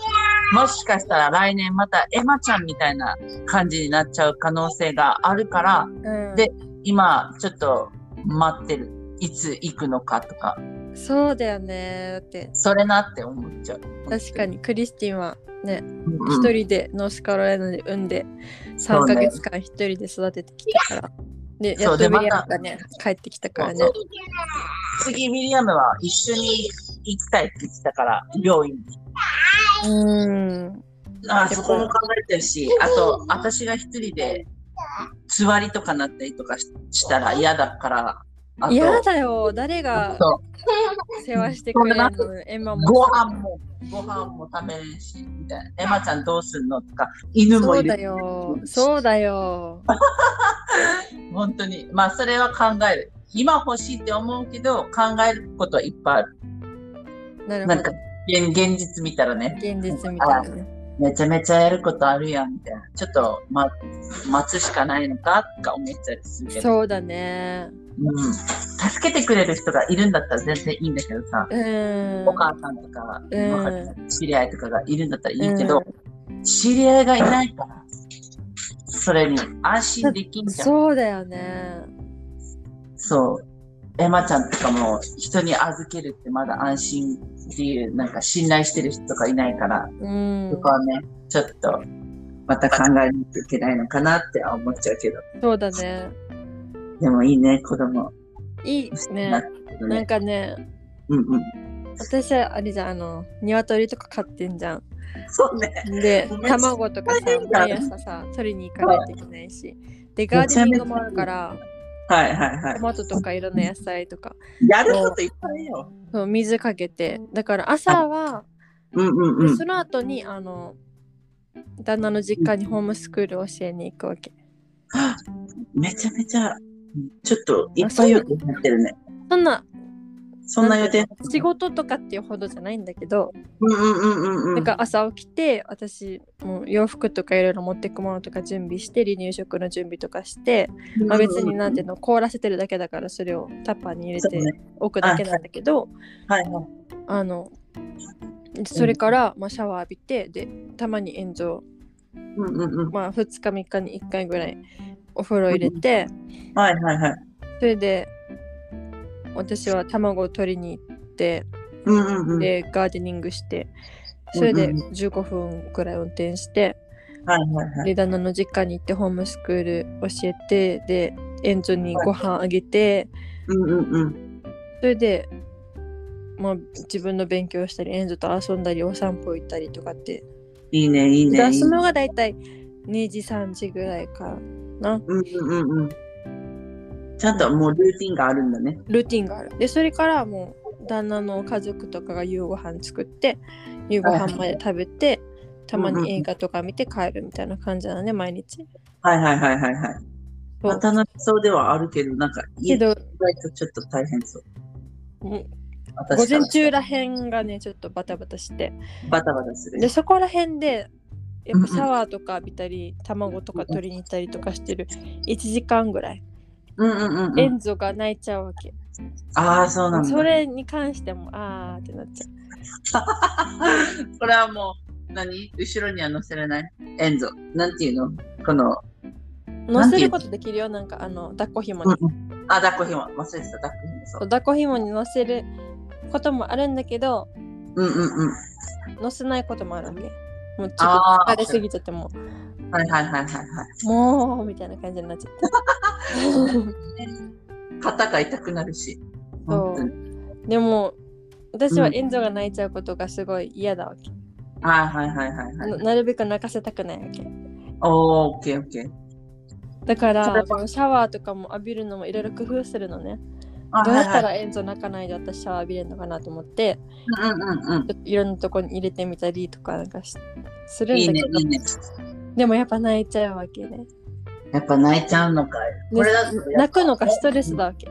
B: もしかしたら来年またエマちゃんみたいな感じになっちゃう可能性があるから、
A: うん、
B: で今ちょっと待ってる。いつ行くのかとか、
A: そうだよねだって
B: それなって思っちゃう。
A: 確かにクリスティンはね
B: うんうん
A: 一、人でノースカロライナで産んで
B: そ
A: 3
B: うね
A: ヶ月間一人で育ててきたからで
B: そ
A: や
B: う
A: っ
B: で
A: とミリア
B: ま
A: ムがね帰ってきたからね
B: そうそう次、ミリアムは一緒に行きたいって言ってたから、病院に。
A: うん
B: あそこも考えてるし、あと、私が一人で、つわりとかなったりとかししたら嫌だから、あと、
A: 嫌だよ誰が
B: そう
A: 世話してくれるのエマも
B: ご飯も、ご飯も食べれるし、みたいな。エマちゃんどうすんのとか、犬も
A: そ
B: いう
A: だ
B: る。
A: よそうだよ
B: 本当に。まあ、それは考える。今欲しいって思うけど、考えることはいっぱいある。
A: なる
B: な
A: ほ
B: ん
A: ど
B: か、現現実見たらね、
A: 現実みたいなね
B: めちゃめちゃやることあるやん、みたいな。ちょっと、ま、待つしかないのか、とか思っちゃいするけど。
A: そうだね
B: うん。助けてくれる人がいるんだったら全然いいんだけどさ、
A: うん
B: お母さんとか、
A: うん
B: 知り合いとかがいるんだったらいい
A: うん
B: けど、知り合いがいないから、それに安心できんじゃん。
A: そうだよね
B: そう。エマちゃんとかも人に預けるってまだ安心っていう、なんか信頼してる人とかいないから、
A: うん
B: そこはね、ちょっとまた考えないといけないのかなっては思っちゃうけど、
A: そうだね
B: でもいいね、子供。
A: いい
B: な
A: ね
B: るほ
A: な
B: ど
A: ん
B: ね
A: かね
B: うんうん。
A: 私はあれじゃんあの鶏とか飼ってんじゃん
B: そうね。
A: で
B: ごめん
A: 卵とかさ
B: 大変だ
A: 毎朝さ取りに行かないといけないしでガーデニングもあるから
B: はいはいは
A: トマトとかいろんな野菜とか
B: い。やることいっぱいよ。
A: そう水かけてだから朝は
B: うんうん
A: で
B: うん
A: そ。の後にあの旦那の実家にホームスクールを教えに行くわけ
B: めちゃめちゃ、ちょっといっぱいよくなってるね。
A: そんな
B: そんな予定
A: ん。ていうの仕事とかっていうほどじゃないんだけど
B: うんうんうんうんう
A: なん
B: ん。
A: か朝起きて私もう洋離とかいろいろ持ってくものとか準備して離乳食の準備とかして、まあ、別になんていうの凍らせてるだけだからそれをタッパーに入れ
B: そうね
A: ておくだけなんだけど、
B: はいはい。
A: あのそれからまあシャワー浴びてでたまに炎上、
B: うんうんうん。
A: まあ、2日3日に1回ぐらいお風呂入れて
B: はいはいはい。
A: それで私は卵を取りに行って
B: うんうんうん。はい
A: でガーデニングしてそれで
B: うん
A: 15分ぐらい運転して。
B: はいはい。
A: で旦那の実家に行ってホームスクール教えてで園長にご飯あげて
B: うんうんうん。
A: それでまあ、自分の勉強したり、エンゾと遊んだり、お散歩行ったりとかって。
B: いいね、いいね。いい
A: 出
B: ね
A: すのが大体2時、3時ぐらいからな。
B: うんうんうんうん。ちゃんともうルーティンがあるんだね。
A: ルーティンがある。で、それからもう旦那の家族とかが夕ご飯作って、夕ご飯まで食べて、たまに映画とか見て帰るみたいな感じなのね、毎日。
B: はいはいはいはいはい。
A: そう
B: まあ、楽しそうではあるけど、なんか、意
A: けど、
B: 外とちょっと大変そう。
A: もう午
B: 私
A: 前
B: から
A: 中らへんがね、ちょっとバタバタして。
B: バタバタする
A: で、。そこらへんで、やっぱ
B: うんうん
A: シャワーとか浴びたり、卵とか取りに行ったりとかしてる1時間ぐらい、
B: うんうんうんう
A: エ
B: ん。
A: ンゾが泣いちゃうわけ。
B: ああ、そうなんだ。
A: それに関しても、あーってなっちゃう。
B: これはもう、何後ろには乗せれない。エンゾ。なんていうのこの、な
A: 乗
B: んて
A: せ
B: いう
A: ることできるよ、なんかあの、抱っこ紐に。
B: うんうん、あ、抱っこひも。忘れてた、抱っこひも。そう。
A: 抱っこ紐に乗せることもあるんだけど
B: うんうんうん。
A: 乗せないこともあるわけもうちょっ
B: あ
A: と
B: あ
A: 疲れすぎちゃっても
B: はいはいはいはいは
A: うもうみたいな感じになっちゃ って
B: い。肩が痛くなるし。本当に
A: でも私は
B: うん
A: エンゾが泣いちゃうことがすごい嫌だわけ、
B: はいはいはいはいはい。
A: ななるべく泣かせたくないわけ
B: おー、オッケーオッケー。
A: だか
B: それ
A: ら
B: は
A: このシャワーとかも浴びるのもいろいろ工夫するのね
B: あ
A: どうやった
B: はい
A: らエンゾ泣かないで私シャワー浴びれるのかなと思って
B: はいうんうんうん
A: ちょっといろんなとこに入れてみたりとかなんかしす
B: う
A: る
B: ん。
A: ん
B: いい
A: だ
B: ね
A: けど、
B: いいね。
A: でもやっぱ泣いちゃうわけね
B: やっぱ泣いちゃうのかい。
A: で
B: これだと
A: 泣くのがストレスだわけ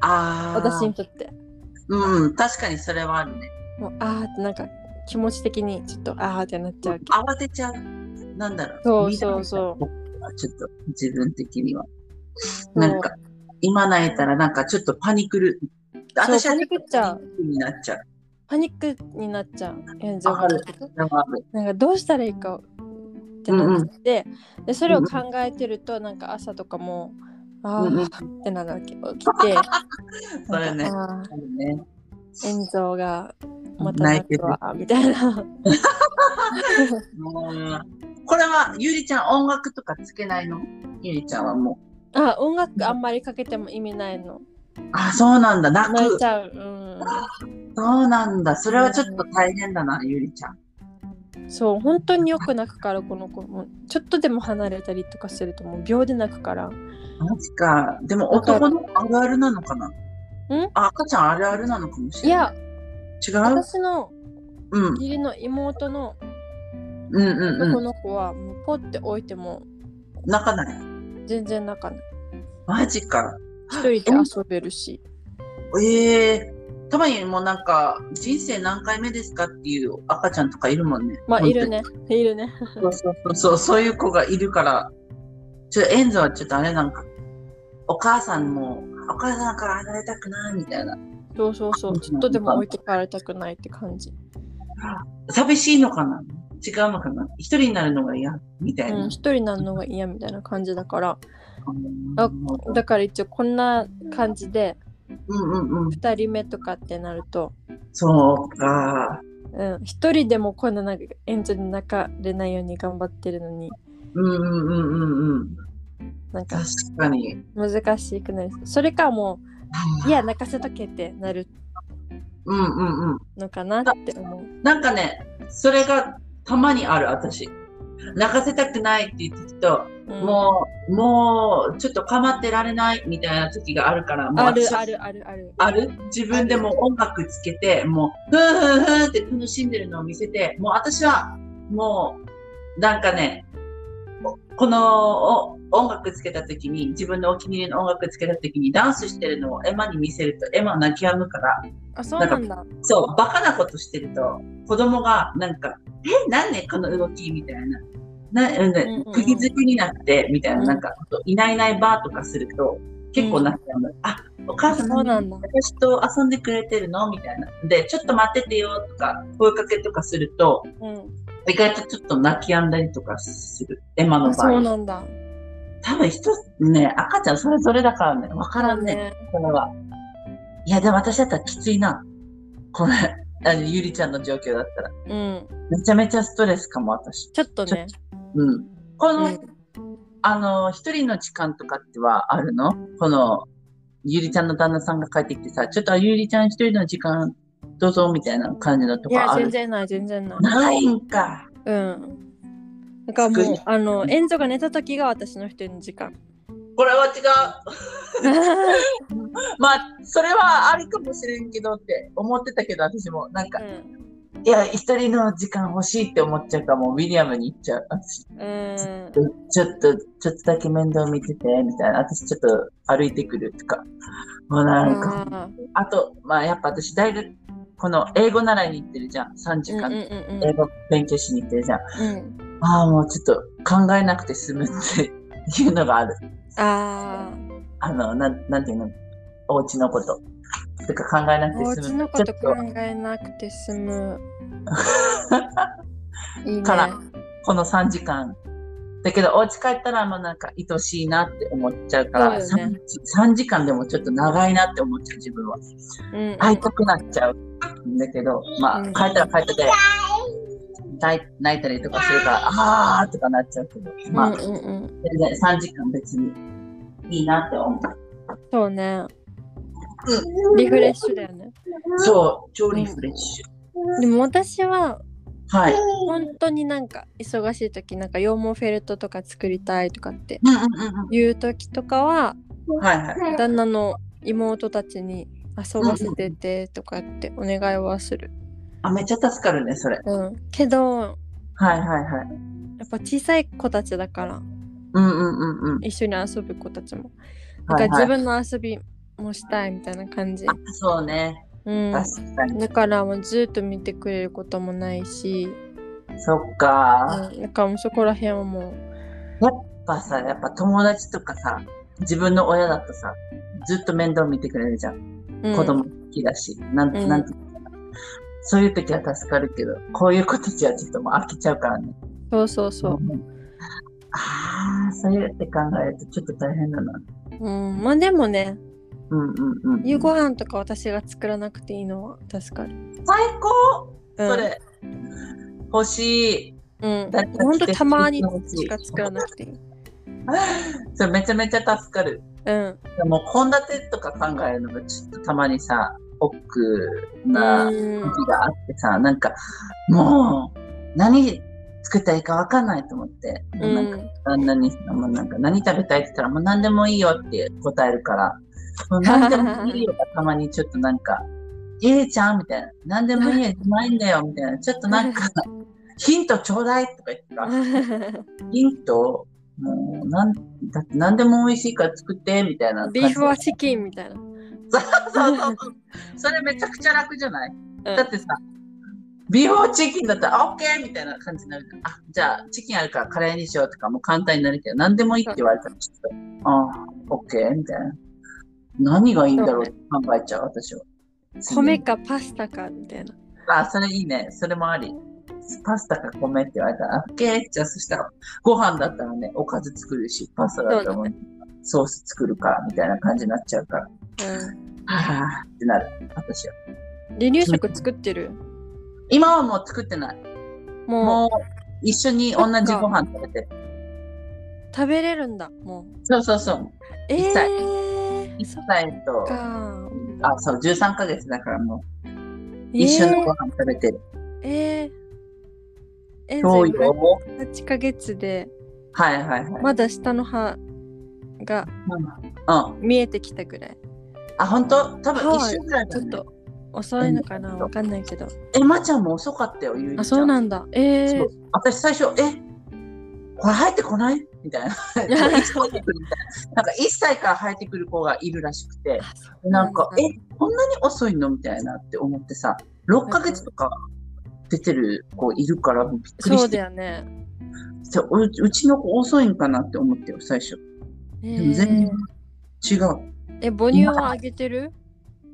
B: ああ。
A: 私にとって
B: うん、確かにそれはあるね。
A: もうあーってなんか気持ち的にちょっとあーってなっちゃうわけ
B: 慌てちゃう。なんだろう。
A: そうそうそう
B: う。ちょっと自分的には。
A: う
B: なんか、今泣いたらなんかちょっとパニクる。私は
A: パニクっちゃう
B: パニックになっちゃう。
A: パニックになっちゃう炎上
B: あ
A: が
B: るそれはある
A: なんかどうしたらいいかってなって、でそれを考えてるとなんか朝とかもあ
B: うんう
A: ー
B: ん
A: ってなるわけ起きて
B: それね
A: なんか
B: あるね。
A: あー炎上がまた
B: 泣い
A: 泣
B: てる
A: くわみたいな
B: うんこれは、ゆりちゃん音楽とかつけないのゆりちゃんはも
A: あ音楽あんまりかけても意味ないの
B: う。あ、そうなんだ。泣
A: 泣い
B: く
A: ち。ゃううん
B: そうなんだ。それはちょっと大変だな、ゆりちゃん。
A: そう本当によく泣くからこの子もちょっとでも離れたりとかするともう秒で泣くから
B: マジか。でも男のあるあるなのかなあ赤ちゃんあるあるなのかもし
A: い
B: れな
A: や
B: い。違う
A: 私の
B: うん。
A: 義理の妹の
B: うんうん
A: 男
B: うん。
A: の子はもうポッて置いても
B: 泣かない。
A: 全然泣かない
B: マジか。
A: 一人で遊べるし
B: ええたまにもうなんか、人生何回目ですかっていう赤ちゃんとかいるもんね。
A: まあいるねいるね
B: 本当に。そうそうそう、そういう子がいるから、ちょっとエンゾはちょっとあれなんか、お母さんも、お母さんから離れたくないみたいな。
A: そうそうそうちょっとでも置いてかれたくないって感じ
B: 寂しいのかな違うのかな一人になるのが嫌みたいな。
A: うん一人なのが嫌みたいな感じだから
B: うん
A: あだから一応こんな感じで
B: うんうんうん。
A: 2人目とかってなると
B: そうか。
A: うん、一人でもこんななんか援助に泣かれないように頑張ってるのに
B: うんうんうんうんうん。
A: なんか
B: 確かに。
A: 難しくないですかそれかもういや泣かせとけってなる
B: うんうんうん。
A: のかなって思う
B: なんかね、それがたまにある、私。泣かせたくないっていう時と、、
A: うん
B: もう、もう、ちょっと構ってられないみたいな時があるから、もう
A: ある
B: 私は
A: あ。るあるある
B: ある自分でもう音楽つけて、もう、ふーふーふーって楽しんでるのを見せて、もう私は、もう、なんかね、おこのお音楽つけた時に、自分のお気に入りの音楽つけた時にダンスしてるのをエマに見せると、エマは泣き止むから、
A: あそうなんだ
B: そう、バカなことしてると、子供がなんか、え、なんね、この動きみたいな。な、うん
A: んうん
B: 釘付けになって、みたいな、
A: うん
B: なんか、あといないいないばーとかすると、結構なっちゃうの。あ、お母さん
A: そうな
B: 何、
A: んだ
B: 私と遊んでくれてるのみたいな。で、ちょっと待っててよとか、声かけとかすると、
A: うん
B: 意外とちょっと泣き止んだりとかする。エマの
A: あ
B: 場
A: そう
B: 合。
A: なんだ
B: 多分人、ね、赤ちゃんそれぞれだからね、わからんね。これは。いや、でも私だったらきついな。これ、あのゆりちゃんの状況だったら。
A: うん
B: めちゃめちゃストレスかも、私。
A: ちょっとね
B: うん。この、
A: うん
B: あの、一人の時間とかってはあるのこの、ゆりちゃんの旦那さんが帰ってきてさ、ちょっとゆりちゃん一人の時間どうぞみたいな感じのと
A: い
B: こ
A: や
B: あ
A: 全
B: る
A: 然ない全 然ない
B: ないんか
A: うんだから
B: す
A: も
B: ご
A: う
B: い
A: あのエンゾが寝た時が私の一人の時 間
B: これは違うまあそれはあるかもしれんけどって思ってたけど私もなんか
A: うん
B: いや一人の時間欲しいって思っちゃうからもうウィリアムに行っちゃう私
A: うん
B: ちょっとちょっとだけ面倒見ててみたいな私ちょっと歩いてくるとかもうなんか
A: あ
B: あと、まあ、やっぱ私、大学、この英語習いに行ってるじゃん。3時
A: ーうん
B: 間、
A: うん
B: 英語勉強しに行ってるじゃん。
A: うんうん
B: ああ、もうちょっと考えなくて済むって いうのがある。
A: あ
B: あの、なん、なんていうの、お家のこと。とか考えな
A: ーお
B: くて
A: 家
B: 済む。
A: のこと
B: ちょ
A: 考
B: っと、
A: えなくて済 むいいね
B: からこの3時間。だけど、お家帰ったら、もうなんか愛しいなって思っちゃうから、
A: そうよね
B: 3, 時間でもちょっと長いなって思っちゃう、自分は。
A: うんうん
B: 会いたくなっちゃうんだけど、まあ、
A: うん
B: 帰ったら帰ったで、泣い泣いたりとかするから、あーとかなっちゃうけど、ま
A: う
B: あ、
A: んうんうん、
B: 全然3時間別にいいなって思う。
A: そうねリフレッシュだよね
B: そう、超リフレッシ
A: でも私は
B: ュ。はい。
A: 本当になんか忙しい時なんか羊毛フェルトとか作りたいとかって
B: うんうんうん
A: いう時とかは
B: うん。はいはい。
A: 旦那の妹たちに遊ばせててとかってお願いはする。
B: あ、めっちゃ助かるね、それ。
A: うん、けど
B: はいはいはい。
A: やっぱ小さい子たちだから
B: うんうんうんうん。
A: 一緒に遊ぶ子たちも。だ
B: は
A: から
B: いは
A: 自
B: い。
A: 分の遊びもしたいみたいな感じ。
B: そうね。
A: うん、
B: 確かに。
A: だからもうずっと見てくれることもないし、
B: そっか。
A: うん、だからもうそこら辺はもう
B: やっぱさ、やっぱ友達とかさ、自分の親だとさ、ずっと面倒見てくれるじゃん。
A: うん
B: 子供好きだし、なん
A: うん
B: なんていうのかなそういう時は助かるけど、こういう子たちはちょっともう飽きちゃうからね。
A: そうそうそう。
B: ああ、そうやって考えるとちょっと大変だな。
A: うん、まあでもね、
B: うんうんうん。
A: 夕ご飯とか私が作らなくていいのは助かる。
B: 最高、
A: うん、
B: それ。欲しい。
A: うん
B: だって。
A: ほんとたまに
B: 作ってほしい
A: しか作らなくていい。
B: それめちゃめちゃ助かる。
A: うん。
B: でも献立とか考えるのがちょっとたまにさ、億な
A: うん
B: 時があってさ、なんかもう何作ったらいいかわかんないと思って、もうなん
A: う
B: か
A: ん
B: 旦那に、もうなんか何食べたいって言ったら、もう何でもいいよって答えるから、もう何でもいいよがたまにちょっとなんか、 ええちゃんみたいな、何でもいいよじゃないんだよみたいな、ちょっとなんか、 ヒントちょうだいとか言ってた。ヒントもうなんだって何でも美味しいから作ってみたいな感 じ。
A: ビーフはチキンみたいな。
B: そうそうそう。それめちゃくちゃ楽じゃない、
A: うん
B: だってさ、ビーフォーチキンだったら OK! みたいな感じになるじゃんあ、じゃあチキンあるからカレーにしようとかも簡単になるけど、何でもいいって言われたらちょっと、ああ、OK! みたいな。何がいいんだろうって考えちゃう、私は。
A: 米かパスタかみたいな。
B: あ、それいいね。それもあり。パスタか米って言われたら、オッケーじゃあそしたら、ご飯だったらね、おかず作るし、パスタだったらもうソース作るから、みたいな感じになっちゃうから、はぁーってなる、私は。
A: うん。離乳食作ってる
B: 今はもう作ってない。
A: も
B: もう一緒に同じご飯食べてる。
A: う食べれるんだ。もう。
B: そうそうそう。
A: え
B: 一歳
A: ー、
B: 1
A: そっ
B: 歳と、
A: か。
B: あ、そう、13ヶ月だからもう、一緒のご飯食べてる。
A: えー、えー。エン
B: そう
A: ゼル
B: よ。
A: 8ヶ月で
B: はいはいはい。
A: まだ下の歯が
B: うん。
A: 見えてきたぐらい。
B: あ、本当多分一緒ぐらい
A: ち
B: だ、
A: ょっ
B: ね。
A: と遅いのかなわかんないけど。
B: え、まちゃんも遅かったよ、ゆいちゃん。
A: あ、そうなんだ。え
B: そ
A: ー
B: う、私最初、えこれ入ってこないみたいな。 なんか1歳から生えてくる子がいるらしくて、
A: あそう
B: なんか、
A: だ
B: えこんなに遅いのみたいなって思ってさ、6ヶ月とか出てる子いるからびっくり
A: そ
B: し
A: うだ
B: て、
A: よね。
B: そうううちの子遅いんかなって思ってよ、最初。
A: え
B: でも全然
A: ー、
B: 違う。
A: え、母乳はあげてる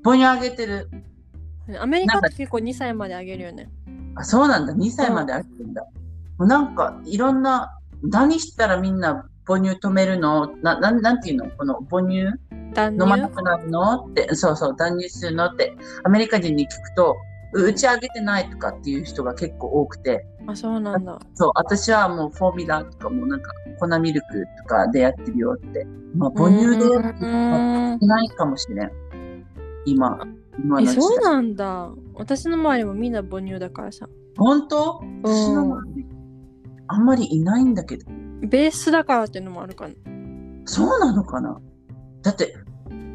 B: 母乳あげてる。
A: アメリカ
B: な
A: っ
B: んか
A: て結構2歳まであげるよね。
B: あ、そうなんだ。2歳まであげてんだ。もうなんか、いろんな、何したらみんな母乳止めるのな、なん、なんていうのこの母乳
A: 断
B: 飲まな
A: 乳
B: くなるのって、そうそう、断乳するのって、アメリカ人に聞くと、ううちあげてないとかっていう人が結構多くて、
A: あ、そうなんだ。
B: そう、私はもうフォーミュラとかもうなんか粉ミルクとかでやってるよって、まあ母乳でやって
A: うーん
B: ないかもしれん。今、今
A: え
B: の時代
A: そうなんだ私の周りもみんな母乳だからさ
B: 本当私の周りあんまりいないんだけど。
A: ベースだからっていうのもあるかな
B: そうなのかなだって、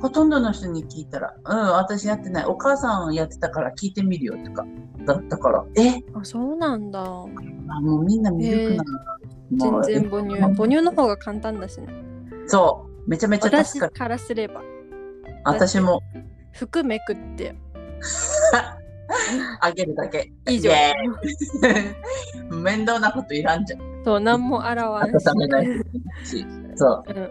B: ほとんどの人に聞いたら、うん、私やってない。お母さんやってたから聞いてみるよとか、だったから、え
A: あそうなんだ
B: あもうみんなミルクなの。
A: 全然
B: もう
A: 母乳
B: まあ
A: 母乳の方が簡単だしね
B: えそう。めちゃめちゃ
A: 私
B: 助かる。
A: からすれば
B: 私も
A: 服めくって
B: あげるだけ。
A: 以上
B: イエーイ 面倒なこといらんじゃん。
A: そう何も洗わんし、
B: 温めないし。そう。
A: うん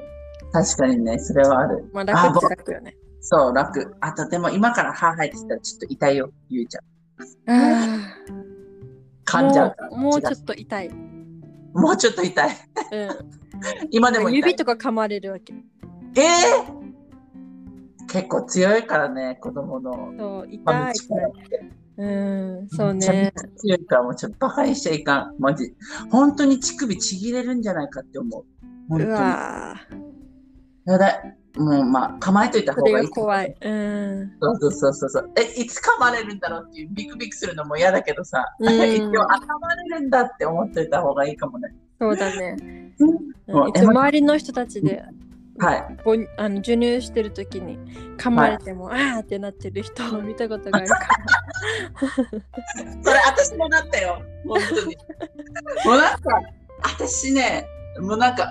B: 確かにね、それはある。
A: まあ楽っちゃ楽よね
B: そう、楽。あと、でも今から歯入ってきたらちょっと痛いよ、ゆうちゃん。
A: ああ
B: 噛んじゃうから。
A: もうもうちょ
B: 血
A: っと痛い、
B: がもうちょっと痛い。
A: う
B: 今で
A: ん、
B: も痛い。
A: 指とか噛まれるわけ
B: ええ結構強いからね、子供の。
A: そう
B: ま
A: 痛
B: あ
A: い
B: 力って
A: うんそう
B: めちゃめ
A: ね
B: ちゃ強いから、もうちょっとバカにしちゃいかん。マジ。本当に乳首ちぎれるんじゃないかって思う。本当
A: う
B: に。
A: わー
B: やだい。もうまあ、構えといた
A: そ
B: 方
A: れ
B: がい
A: が
B: い。
A: 怖いうん
B: そうそうそうそうそう。え、いつ噛まれるんだろうっていうビクビクするのも嫌だけどさ、
A: うん
B: 一応、あ、噛まれるんだって思っといた方がいいかもね。
A: そうだね、
B: もう
A: うん、いつも周りの人たちで
B: はい。
A: 母乳あの授乳してる時に噛まれても、あーってなってる人を見たことがある から
B: それ、私もなったよ。本当に。もうなんか、私ね、もうなんか、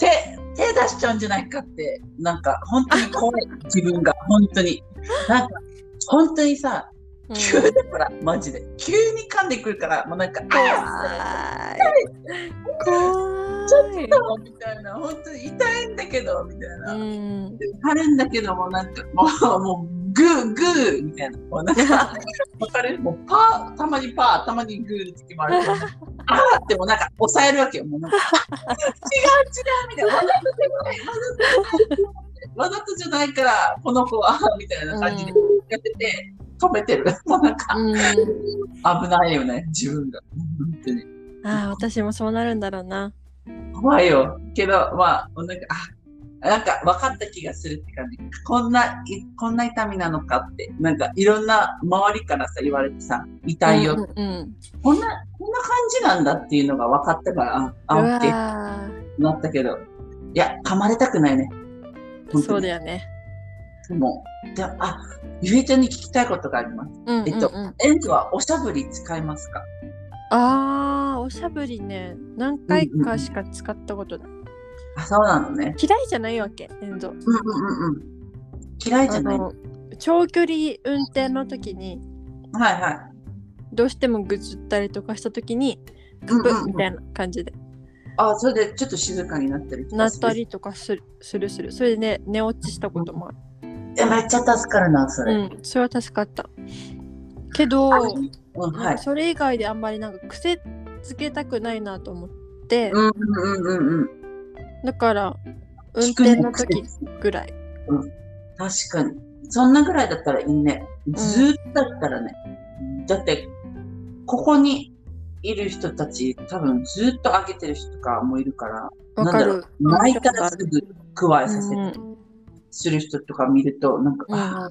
B: 手、手出しちゃうんじゃないかって、なんか、本当に怖い。自分が、本当に。なんか、本当にさ、
A: うん
B: 急にほら、マジで。急に噛んでくるから、もうなんか、
A: 怖
B: あ
A: い怖い
B: ーどうもみたいな、本当に痛いんだけど、みたいな。
A: うん
B: あるんだけども、なんか、もう、もう、グー、グーみたいな。もうなんか、わかるもう、パー、たまにパー、たまにグーの時もあるから。あーってもうなんか、抑えるわけよ。もうなんか、違う、違うみたいな。わざとじゃない、わざとじゃない。わざとじゃないから、この子は、みたいな感じでやってて、止めてる。もうなんか、
A: うん
B: 危ないよね、自分が。本当に。
A: ああ私もそうなるんだろうな
B: 怖いよ。けど、まあ、もうなんか、あ、なんか分かった気がするって感じ。こんな、いこんな痛みなのかって、なんかいろんな周りからさ、言われてさ、痛いよ。
A: うんうん
B: こんな、こんな感じなんだっていうのが分かったから、あ、
A: う
B: あ、
A: わ
B: ってなったけど、いや、噛まれたくないね。
A: ー
B: 本当に
A: そうだよね
B: もう。で、あ、ゆえちゃんに聞きたいことがあります。
A: うんうん
B: えっと
A: うん
B: エンジはおしゃぶり使いますか
A: あーおしゃぶりね何回かしか使ったことない
B: あ、そうなのね。
A: 嫌いじゃないわけ遠藤
B: うんうんうんうん。嫌いじゃ
A: あ
B: ない。は
A: の長距離運転の時に
B: いはい。
A: どうしてもぐずったりとかした時に
B: う
A: カ
B: んう
A: プ
B: んう
A: ッ
B: ん
A: みたいな感じで
B: あ、それでちょっと静かになったりと
A: な
B: か
A: っ
B: する
A: たりとかするするするそれでね寝落ちしたこともある
B: えめっちゃ助かるな、それ。
A: うんそれは助かったけど
B: うん、はい。
A: それ以外であんまりなんか癖つけたくないなと思って、
B: うんうんうんうん。
A: だから運
B: 聞くね
A: 転の時ぐらい
B: 確かに。そんなぐらいだったらいいね。ずーっとだったらね。だって、ここにいる人たち、多分ずーっと上げてる人とかもいるから、
A: わか
B: な
A: る
B: んだろう泣いたらすぐくわえさせ
A: う
B: て、
A: ん
B: する人とか見ると、なんか、
A: うん
B: ああ、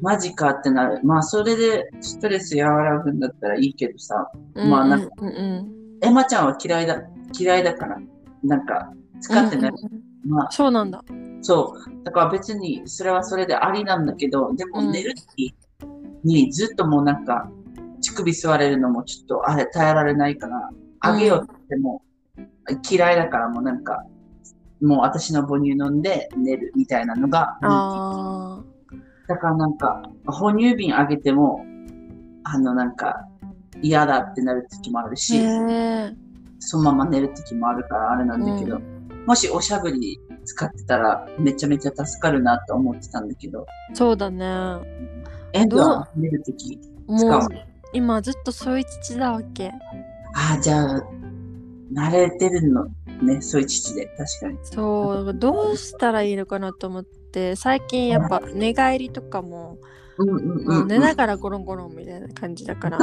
B: マジかってなる。まあ、それでストレス和らぐんだったらいいけどさ、
A: うん
B: まあなん
A: うんうん
B: エマちゃんは嫌いだ、嫌いだから、なんか、使ってない。
A: うんうん
B: まあ、
A: そうなんだ
B: そう。だから別にそれはそれでありなんだけど、でも
A: うん
B: 寝る時にずっともうなんか乳首吸われるのもちょっとあれ耐えられないから、あげようって言っても嫌いだからもうなんか、もう私の母乳飲んで寝るみたいなのが、
A: あ
B: だからなんか、哺乳瓶あげても、あのなんか嫌だってなる時もある
A: ー
B: し、
A: へえ
B: そのまま寝る時もあるからあれなんだけど、
A: う
B: もしおしゃぶり使ってたらめちゃめちゃ助かるなと思ってたんだけど、
A: そうだね
B: エンド
A: どう
B: は寝る時使
A: もう
B: う。
A: 今ずっとそういう父だわけ
B: ああ、じゃあ、慣れてるのね、そういう父で、確かに。
A: そうどうしたらいいのかなと思って最近やっぱ寝返りとかも
B: うんうん
A: も
B: う。
A: うん寝ながらゴロンゴロンみたいな感じだ から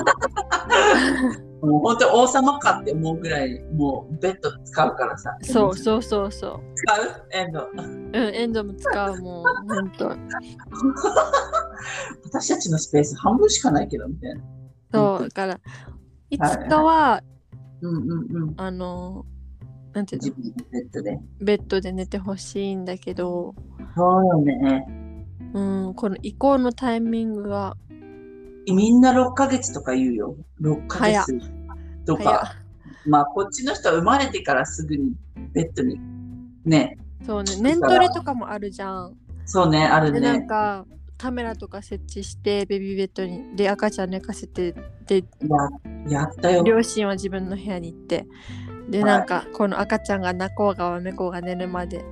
B: もう本当王様かって思うぐらい、もうベッド使うからさ。
A: そう
B: 使
A: そうそうそう
B: うエンド。
A: うん、エンドも使うもん、ほんと。
B: 私たちのスペース半分しかないけど、みたいな。
A: そう、だから、いつかは、
B: うんうんうん。
A: あの、なんていう
B: 自
A: の、
B: 分のベッドで。
A: ベッドで寝てほしいんだけど、
B: そうよね。
A: うん、この移行のタイミングが
B: みんな6ヶ月とか言うよ。6ヶ月と
A: 早
B: か。まあ、こっちの人は生まれてからすぐにベッドに。ね。
A: そうね、年トレとかもあるじゃん。
B: そうね、ある
A: で、なん
B: ね。
A: か、カメラとか設置して、ベビーベッドに、で、赤ちゃん寝かせて、で、
B: ややったよ。
A: 両親は自分の部屋に行って、で、
B: はい
A: なんか、この赤ちゃんが泣こうがわめこうが寝るまで、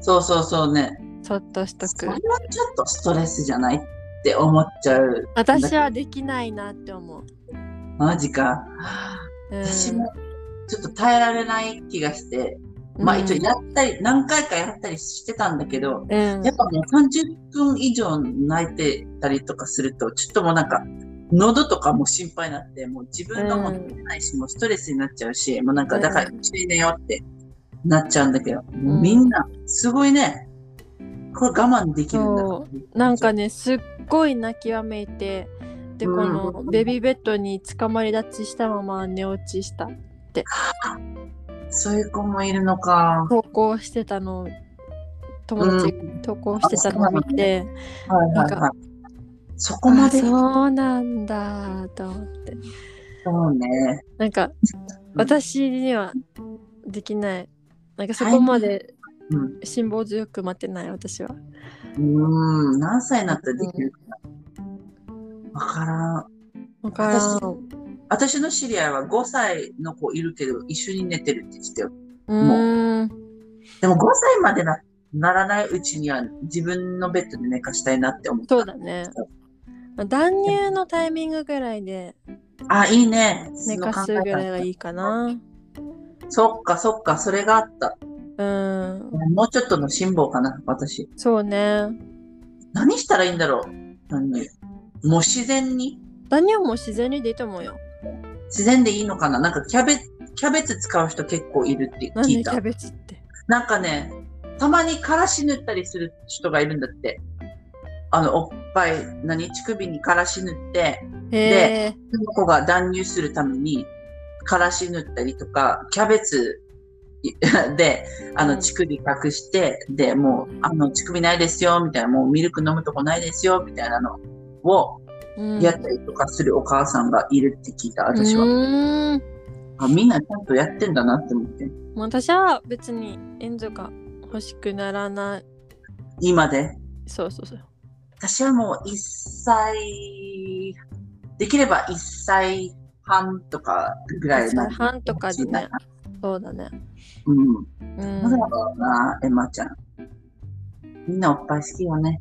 B: そうそうそうね。
A: そっとしと
B: そ
A: く
B: れ。はちょっとストレスじゃないって思っちゃう。
A: 私はできないなって思う。
B: マジか。
A: うん、
B: 私もちょっと耐えられない気がして、まあ一応やったり、何回かやったりしてたんだけど、
A: うん、
B: やっぱもう30分以上泣いてたりとかすると、ちょっともうなんか、喉とかも心配になって、もう自分がもう
A: うん
B: 出ないし、もうストレスになっちゃうし、もうなんか、だから
A: うん
B: 一緒に寝ようってなっちゃうんだけど、もうんみんな、すごいね。これ我慢できるんだ
A: そなんかねすっごい泣きわめいてでこ
B: うん
A: のベビーベッドにつかまり立ちしたまま寝落ちした
B: そういう子もいるのか。
A: 投稿してたのを友達が投稿してたのを見て、
B: はいはい
A: なん
B: は
A: か
B: い。そこま
A: あ
B: で
A: そうなんだと思って
B: そうね。
A: なんか私にはできないなんかそこまで
B: うん。
A: 辛抱強く待ってない私は
B: うーん。何歳になったらできるかな。わからん。
A: だから
B: 私
A: う
B: 私の知り合いは5歳の子いるけど、一緒に寝てるって言ってたよ。
A: ーん
B: でも5歳までなならないうちには自分のベッドで寝かしたいなって思った。
A: そうだねまあ断乳のタイミングぐらいで
B: あ、いいね。
A: 寝かす
B: そ
A: ぐ
B: の考え
A: らいがいいかな
B: 方そっかそっか、それがあった。
A: うん
B: もうちょっとの辛抱かな、私。
A: そうね。
B: 何したらいいんだろう。うんもう自然に。
A: 断乳も自然にでいいと思うよ。
B: 自然でいいのかななんかキャベキャベツ使う人結構いるって
A: なんで
B: 聞
A: キ
B: いた。
A: ャベツって。
B: なんかね、たまにからし塗ったりする人がいるんだって。あの、おっぱい、何乳首にからし塗って、
A: へえ。
B: その子が断乳するために、からし塗ったりとか、キャベツ いで、あ
A: う
B: の、
A: ん
B: 乳首隠して、で、もう、あの、乳首ないですよ、みたいな、もうミルク飲むとこないですよ、みたいなのを
A: うん
B: やったりとかするお母さんがいるって聞いた、私は。
A: うーん。
B: あみんなちゃんとやってんだなって思って。
A: もう私は別に援助が欲しくならない。
B: 今で。
A: そうそうそう。
B: 私はもう1歳、できれば1歳半とかぐらいの。
A: 1歳半とかでねそうだね。
B: うん。
A: う
B: まだだ
A: ん。
B: ろうな、エマちゃん。みんなおっぱい好きよね。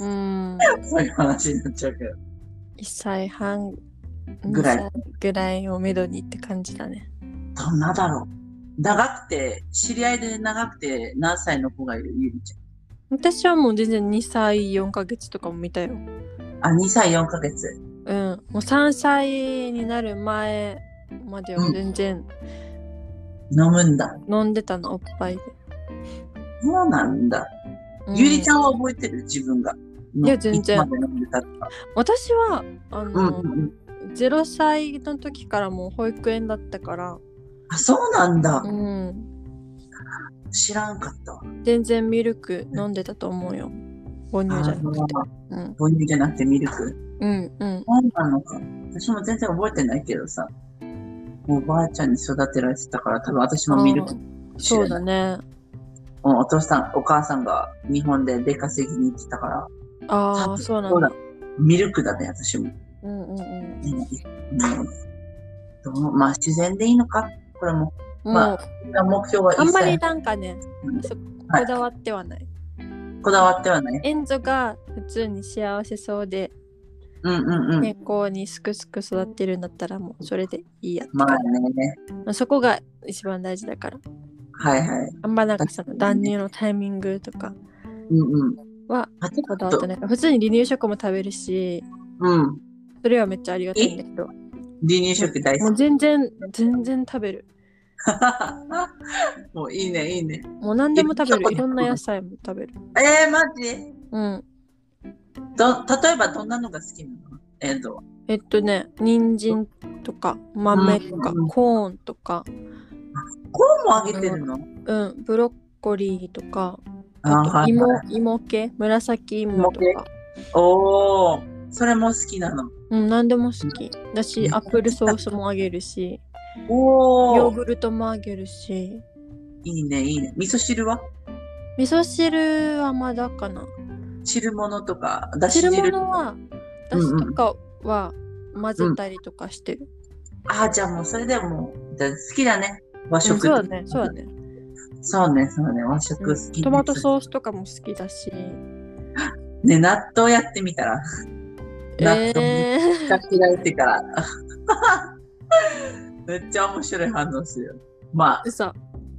A: うん、
B: そういう話になっちゃうけど。
A: 1歳半
B: ぐらい
A: 二歳ぐらいをめどにって感じだね。
B: どんなだろう。長くて、知り合いで長くて何歳の子がいるゆりち
A: 私はもう全然2歳4ヶ月とかも見たよ。
B: ゃん。あ、2歳4ヶ月。
A: うん。もう3歳になる前までは全然
B: 飲むんだ。
A: 飲んでたの、おっぱいで。
B: そうなんだ。
A: うん
B: ゆりちゃんは覚えてる自分が。
A: いや全然
B: いつまで飲んでたとか。
A: 私はあ
B: うん
A: の、
B: うんうん。
A: 0歳の時からもう保育園だったから、
B: あ、そうなんだ。
A: うん、
B: 知らんかったわ。
A: 全然ミルク飲んでたと思うよ母乳じゃなくて
B: あー
A: うん
B: 母乳じゃなくてミルク。
A: うんうん
B: そうなのか。私も全然覚えてないけどさ。もうおばあちゃんに育てられてたから、多分私もミルク
A: あ。ーそうだね
B: うんお父さん、お母さんが日本で出稼ぎに行ってたから。
A: ああそうなん
B: そう
A: だ
B: だ。ミルクだね、私も。
A: うんうんうん
B: うんうんどうまあ、自然でいいのか。これも。
A: もう、
B: ま目標は
A: あん
B: 一
A: まり
B: 切
A: なんかねそこだわってはない、
B: こだわってはない。
A: エンゾが普通に幸せそうで
B: うんうんうん。
A: 健康にすくすく育ってるんだったらもうそれでいいやって
B: ま
A: 感
B: あ
A: じ
B: ね。
A: まあそこが一番大事だから
B: はいはい。
A: あんまなんかその断乳のタイミングとか
B: うんうん。
A: は
B: あち
A: こだ
B: ょっ
A: わって
B: と。
A: ない普通に離乳食も食べるし
B: うん。
A: それはめっちゃありがたいんだけど
B: 離乳食大
A: も
B: 好
A: う
B: き。
A: 全然全然食べる
B: もういいね、いいね。
A: もう何でも食べ
B: え
A: るいろんな野菜も食べる
B: えー、マジ
A: うん
B: ど、例えばどんなのが好きなのエンドは。
A: えっとね、人参とか豆とか
B: うん
A: コーンとか、
B: コーンもあげてるの
A: うん、ブロッコリーとか、
B: あ
A: あと芋
B: はいはい
A: 芋系、紫芋と
B: 芋
A: か、
B: おお、それも好きなの。
A: うん、何でも好き。だし、
B: うん
A: アップルソースもあげるし、
B: お
A: ヨー
B: お、
A: グルトもあげるし、
B: いいね、いいね。味噌汁は
A: 味噌汁はまだかな。
B: 汁物とか、だし
A: 汁
B: 汁と
A: 物
B: か。
A: は、だしとかは混ぜたりとかしてる。
B: ああ、じゃあもうそれでもう、じゃあ好きだね。和
A: うん
B: 食。
A: そうだね、そうだね。
B: そうね、そうね、和食好き、
A: トマトソースとかも好きだし。
B: ね、納豆やってみたら。納豆
A: えー、
B: が嫌いってから。 めっちゃ面白い反応するよ。ま
A: 嘘。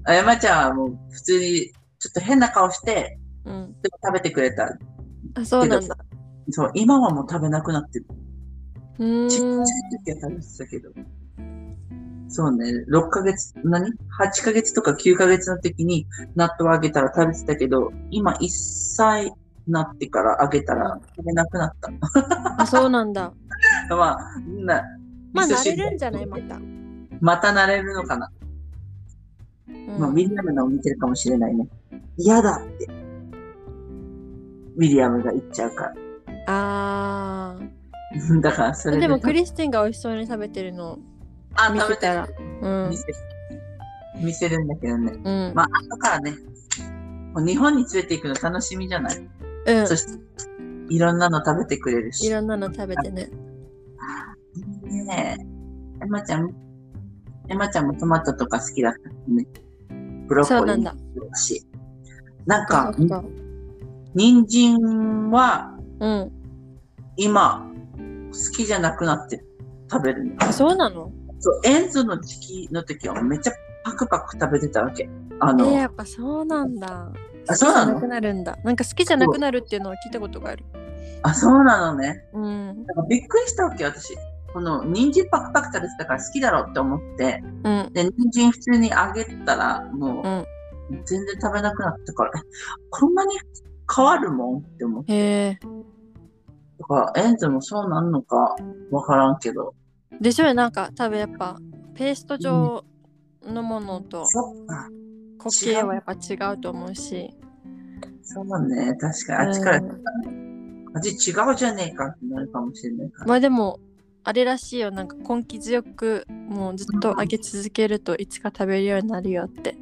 B: あ、山ちゃんはもう普通にちょっと変な顔して、
A: うん。
B: でも食べてくれた。
A: あ、そうなん
B: け
A: だ
B: ど。そう、今はもう食べなくなってる。
A: う
B: ちっちゃい
A: ーん。
B: 時は食べてたけど。そうね、6ヶ月、何 ?8 ヶ月とか9ヶ月の時に納豆をあげたら食べてたけど、今1歳になってからあげたら食べなくなった。
A: あ、そうなんだ。
B: まあ、な、
A: まあ、
B: 味
A: 慣れ
B: 噌汁
A: るんじゃないまた。うん
B: また慣れるのかな。まあ、ウィリアムのを見てるかもしれないね。嫌だって。ウィリアムが言っちゃうから。
A: あー
B: だから、それ
A: でもクリスティンが美味しそうに食べてるのを
B: あ、
A: 見
B: 食べ
A: て
B: て
A: たら
B: る。
A: うん
B: 見せる。見せるんだけどね。
A: うん
B: まあ、後からね、もう日本に連れて行くの楽しみじゃない、
A: うん
B: そして、いろんなの食べてくれるし。
A: いろんなの食べてね
B: ねえ。エマちゃん、エマちゃんもトマトとか好きだったもんね。ブロッコ
A: そ
B: リ
A: う
B: ー
A: なん
B: も
A: だ
B: 好きだし。なん
A: そ
B: か
A: っ、か
B: 人参は
A: うん
B: 今、好きじゃなくなってる食べるの。
A: あそうなの
B: そう、エンゾの時期の時はめっちゃパクパク食べてたわけ。あ
A: え
B: の、
A: ーやっぱそうなんだ
B: あそうな
A: 好きじゃな
B: の
A: くなるんだなんか好きじゃなくなるっていうのは聞いたことがある
B: あ、そうなのね。
A: うん
B: なんかびっくりしたわけ、私。この、人参パクパク食べてたから好きだろうって思って、
A: うん
B: で、人参普通に揚げたら、もう、
A: うん
B: 全然食べなくなったから、えこんなに変わるもんって思っ
A: へえ
B: たから、エンゾもそうなんのかわからんけど。
A: でしょなんか多分やっぱペースト状のものと
B: そっか。
A: 固形はやっぱ違うと思うし
B: そうね。確かに、あっちから
A: うん
B: 味違うじゃねえかってなるかもしれないから。
A: まあでもあれらしいよなんか根気強くもうずっと揚げ続けるといつか食べるようになるよって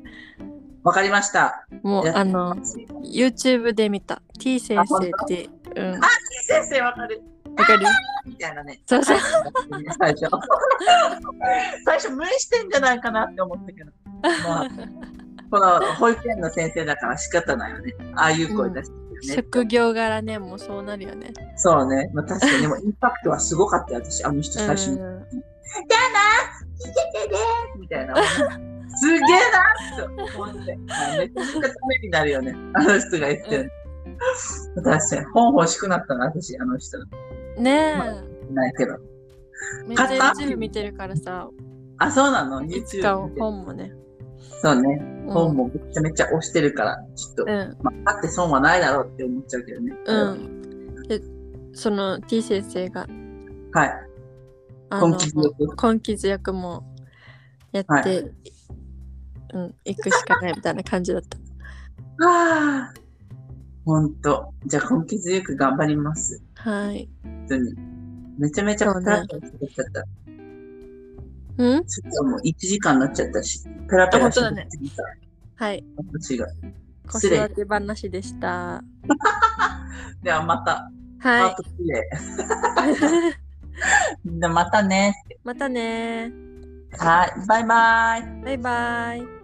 B: わかりました。
A: もう
B: や
A: あの YouTube で見た T 先
B: あ
A: 生
B: 本
A: ってうんわ
B: 先生わかる
A: かる
B: みたいなね。
A: そうそう
B: 最初。最初無理してんじゃないかなって思ったけど。まあ、この保育園の先生だから仕方ないよね。ああいう声出してるよね。
A: 職業柄ねもうそうなるよね
B: そうね。まあ、確かに、でもインパクトはすごかったよ、私。あの人
A: う
B: 最初に。
A: ん
B: 聞けてねみたいな。すげえなって思って。まあめっちゃためになるよね。あの人が言ってる。確かに、本欲しくなったな、私、あの人。
A: ね
B: ないけど。
A: えめっちゃ
B: 買った
A: YouTube 見てるからさ
B: あ、そうなの
A: いつか
B: ?YouTube 見て。
A: 本もね
B: そうね。
A: うん
B: 本もめちゃめちゃ押してるから、ちょっと、
A: うん
B: まあ、あって損はないだろうって思っちゃうけどね。
A: うんでその T 先生が
B: はい。
A: あの
B: 根気強
A: 根気強くもうやって、
B: はい
A: うん行くしかないみたいな感じだった
B: ああ。ほんと。じゃあ根気強く頑張ります。
A: はい。
B: 本当に。めちゃめちゃペラペラ喋っちゃった。
A: うん
B: ちょっともう1時間になっちゃったし、ペラペラ喋ってみた。
A: はい。
B: 私が。
A: 子
B: 失礼
A: 育て話でした。
B: ではまた、パ
A: は
B: ート2で。
A: い。
B: みんなまたね。
A: またね
B: はい。バイバイ。
A: バイバイ。